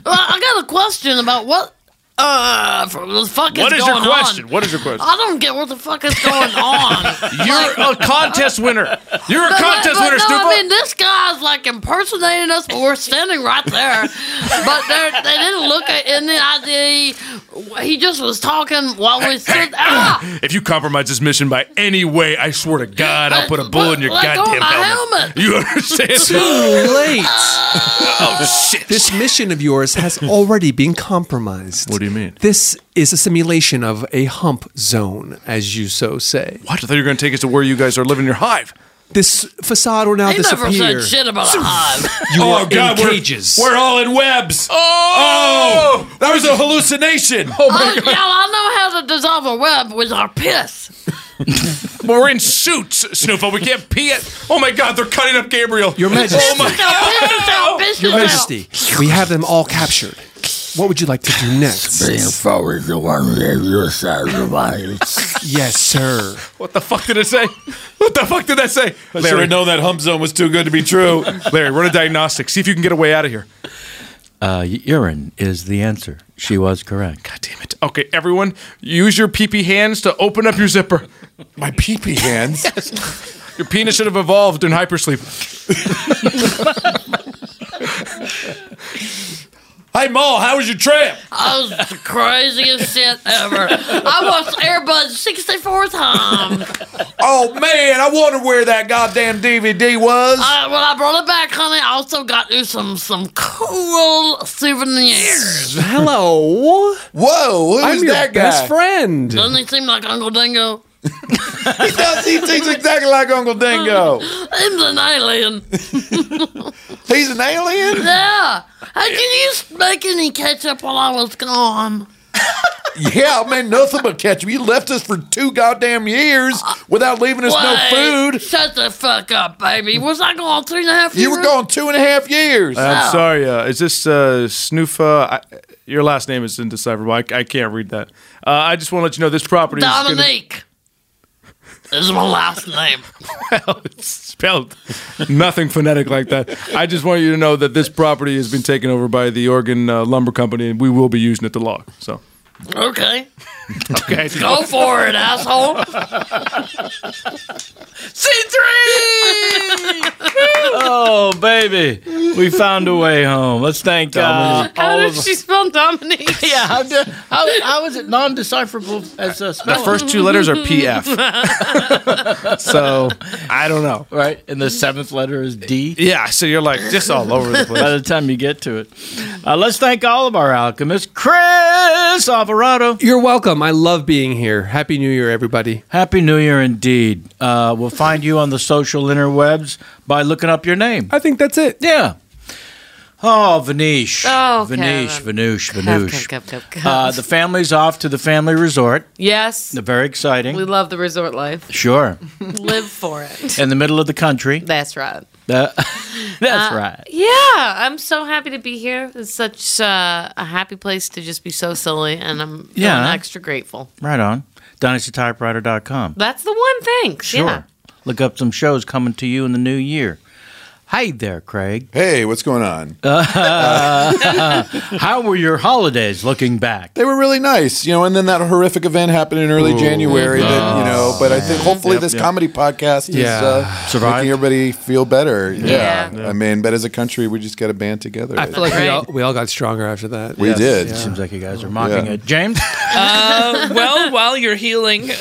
Speaker 12: I got a question about what. Uh, the fuck is
Speaker 8: What is your
Speaker 12: going
Speaker 8: question?
Speaker 12: on?
Speaker 8: What is your question?
Speaker 12: I don't get what the fuck is going on.
Speaker 8: You're a contest winner. You're a
Speaker 12: But-
Speaker 8: contest
Speaker 12: but
Speaker 8: winner,
Speaker 12: no,
Speaker 8: stupid.
Speaker 12: I mean, this guy's like impersonating us, but we're standing right there. but they're- they didn't look at in the ID. He just was talking while we stood. ah,
Speaker 8: If you compromise this mission by any way, I swear to God, I'll put a bullet in your
Speaker 12: let go of
Speaker 8: goddamn
Speaker 12: my
Speaker 8: helmet.
Speaker 12: helmet.
Speaker 8: You understand?
Speaker 4: Too late.
Speaker 8: oh shit!
Speaker 4: This mission of yours has already been compromised. What do you mean? This is a simulation of a hump zone, as you so say.
Speaker 8: What? I thought you were going to take us to where you guys are living your hive.
Speaker 4: This facade will now
Speaker 12: he
Speaker 4: disappear.
Speaker 12: never said shit about a hive.
Speaker 4: You
Speaker 5: Oh,
Speaker 4: are
Speaker 5: God,
Speaker 4: in
Speaker 5: we're-
Speaker 4: cages.
Speaker 5: We're all in webs. Oh, that was a hallucination.
Speaker 12: Oh, y'all, I know how to dissolve a web with our piss.
Speaker 8: But we're in suits, Snoofa. We can't pee it. Oh my God! They're cutting up Gabriel.
Speaker 4: Your Majesty.
Speaker 8: Oh my God!
Speaker 4: Your Majesty, we have them all captured. What would you like to do next?
Speaker 12: forward the one that you survived.
Speaker 4: yes, sir.
Speaker 8: What the fuck did it say? What the fuck did that say?
Speaker 5: I should have known that hump zone was too good to be true.
Speaker 8: Larry, run a diagnostic. See if you can get a way out of here.
Speaker 1: Uh, urine is the answer. She was correct.
Speaker 8: Okay, everyone, use your pee pee hands to open up your zipper.
Speaker 5: My pee pee hands?
Speaker 8: Your penis should have evolved in hypersleep.
Speaker 5: Hey, Maul, how was your trip?
Speaker 12: I was the craziest shit ever. I watched Airbud 64 times.
Speaker 5: Oh man, I wonder where that goddamn DVD was.
Speaker 12: Uh, when I brought it back, honey, I also got you some some cool souvenirs.
Speaker 4: Hello.
Speaker 5: Whoa,
Speaker 4: I'm your best friend.
Speaker 12: Doesn't he seem like Uncle Dingo?
Speaker 5: he does. He seems exactly like Uncle Dingo.
Speaker 12: He's an alien.
Speaker 5: He's an alien.
Speaker 12: Yeah. How can you make any ketchup while I was gone?
Speaker 5: Yeah, man, nothing but ketchup. You left us for two goddamn years without leaving us no
Speaker 12: Wait,
Speaker 5: food.
Speaker 12: Shut the fuck up, baby. Was I gone three and a half years?
Speaker 5: You were gone two and a half years.
Speaker 8: I'm sorry. Uh, is this uh, Snoofa? I, your last name is indecipherable. I, I can't read that. Uh, I just want to let you know this property is gonna-
Speaker 12: Dominique. This is my last name.
Speaker 8: spelled nothing phonetic like that. I just want you to know that this property has been taken over by the Oregon uh, Lumber Company, and we will be using it to log. So,
Speaker 12: Okay.
Speaker 8: okay,
Speaker 4: Oh.
Speaker 12: Go for it, asshole.
Speaker 1: oh, baby. We found a way home. Let's thank God.
Speaker 18: How
Speaker 1: all
Speaker 18: did
Speaker 1: of
Speaker 18: she spell Dominique?
Speaker 12: yeah, how, do, how, how is it non decipherable as a spelling?
Speaker 8: first two letters are PF. So I don't know.
Speaker 1: Right? And the seventh letter is D.
Speaker 8: Yeah, so you're like just all over the place.
Speaker 1: By the time you get to it, uh, let's thank all of our alchemists. Chris Alvarado.
Speaker 4: You're welcome. I love being here. Happy New Year, everybody.
Speaker 1: Happy New Year indeed. Uh, we'll find you on the social interwebs by looking up your name.
Speaker 4: I think that's it.
Speaker 1: Yeah. Oh, Vanish.
Speaker 2: Oh,
Speaker 1: Vanish,
Speaker 2: Kevin.
Speaker 1: Vanish,
Speaker 2: Kev,
Speaker 1: Vanish.
Speaker 2: Kev, Kev, Kev, Kev.
Speaker 1: Uh, the family's off to the family resort.
Speaker 2: Yes.
Speaker 1: They're very exciting.
Speaker 2: We love the resort life.
Speaker 1: sure.
Speaker 2: Live for it.
Speaker 1: In the middle of the country.
Speaker 2: That's right.
Speaker 1: That- that's
Speaker 2: Uh,
Speaker 1: right.
Speaker 2: Yeah, I'm so happy to be here. It's such uh, a happy place to just be so silly, and I'm feeling
Speaker 1: Yeah.
Speaker 2: extra grateful.
Speaker 1: Right on. DynastyTypewriter.com.
Speaker 2: That's the one thing.
Speaker 1: Sure.
Speaker 2: Yeah.
Speaker 1: Look up some shows coming to you in the new year. Hey there, Craig. Hey, what's going on? how were your holidays looking back?
Speaker 5: They were really nice, you know. And then that horrific event happened in early
Speaker 1: Ooh,
Speaker 5: January, that you know. But I
Speaker 1: yes.
Speaker 5: think hopefully
Speaker 1: Yep,
Speaker 5: this
Speaker 1: yep.
Speaker 5: comedy podcast is
Speaker 1: Yeah.
Speaker 5: uh,
Speaker 1: Survived.
Speaker 5: making everybody feel better.
Speaker 1: Yeah.
Speaker 5: Yeah. I mean, but as a country, we just got to band together.
Speaker 4: I feel like we, all, we all got stronger after that.
Speaker 5: We did.
Speaker 1: Seems like you guys are mocking it. James?
Speaker 3: Uh, well, while you're healing, you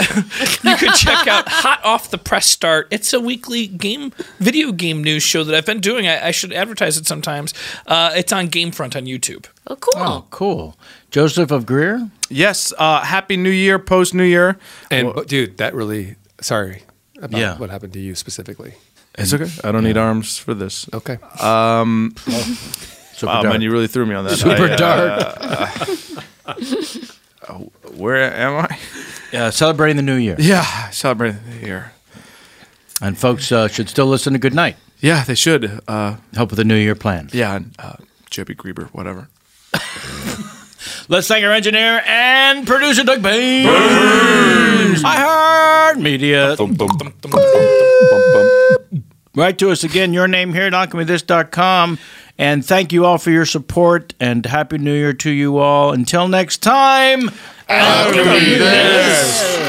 Speaker 3: could check out Hot Off the Press Start. It's a weekly game, video game news show that I've been doing. I, I should advertise it sometimes. Uh, it's on Gamefront on YouTube.
Speaker 2: Oh, cool.
Speaker 1: Oh, cool. Joseph of Greer?
Speaker 8: Yes. Uh, happy New Year, post New Year.
Speaker 4: And but dude, that really sorry about
Speaker 8: Yeah.
Speaker 4: what happened to you specifically.
Speaker 8: It's okay. I don't need arms for this.
Speaker 4: Okay.
Speaker 8: Um,
Speaker 4: Super
Speaker 8: wow,
Speaker 4: dark.
Speaker 8: man, you really threw me on that.
Speaker 4: Super
Speaker 8: I, uh, uh, where am I?
Speaker 1: Yeah, celebrating the new year.
Speaker 8: Yeah, celebrating the new year.
Speaker 1: And folks uh, should still listen to Good Night.
Speaker 8: Yeah, they should. Uh,
Speaker 1: Help with the new year plan.
Speaker 8: Yeah, and, uh, Jebby Grieber, whatever.
Speaker 1: Let's thank our engineer and producer, Doug Baines. Baines. iHeartMedia. Write to us again, your name here at alchemythis.com. And thank you all for your support and Happy New Year to you all. Until next time, Alchemy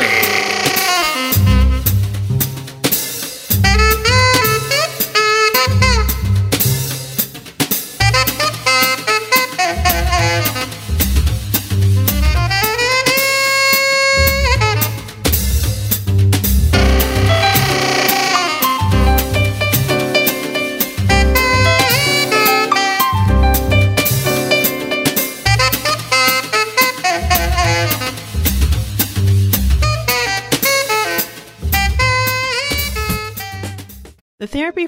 Speaker 19: The Therapy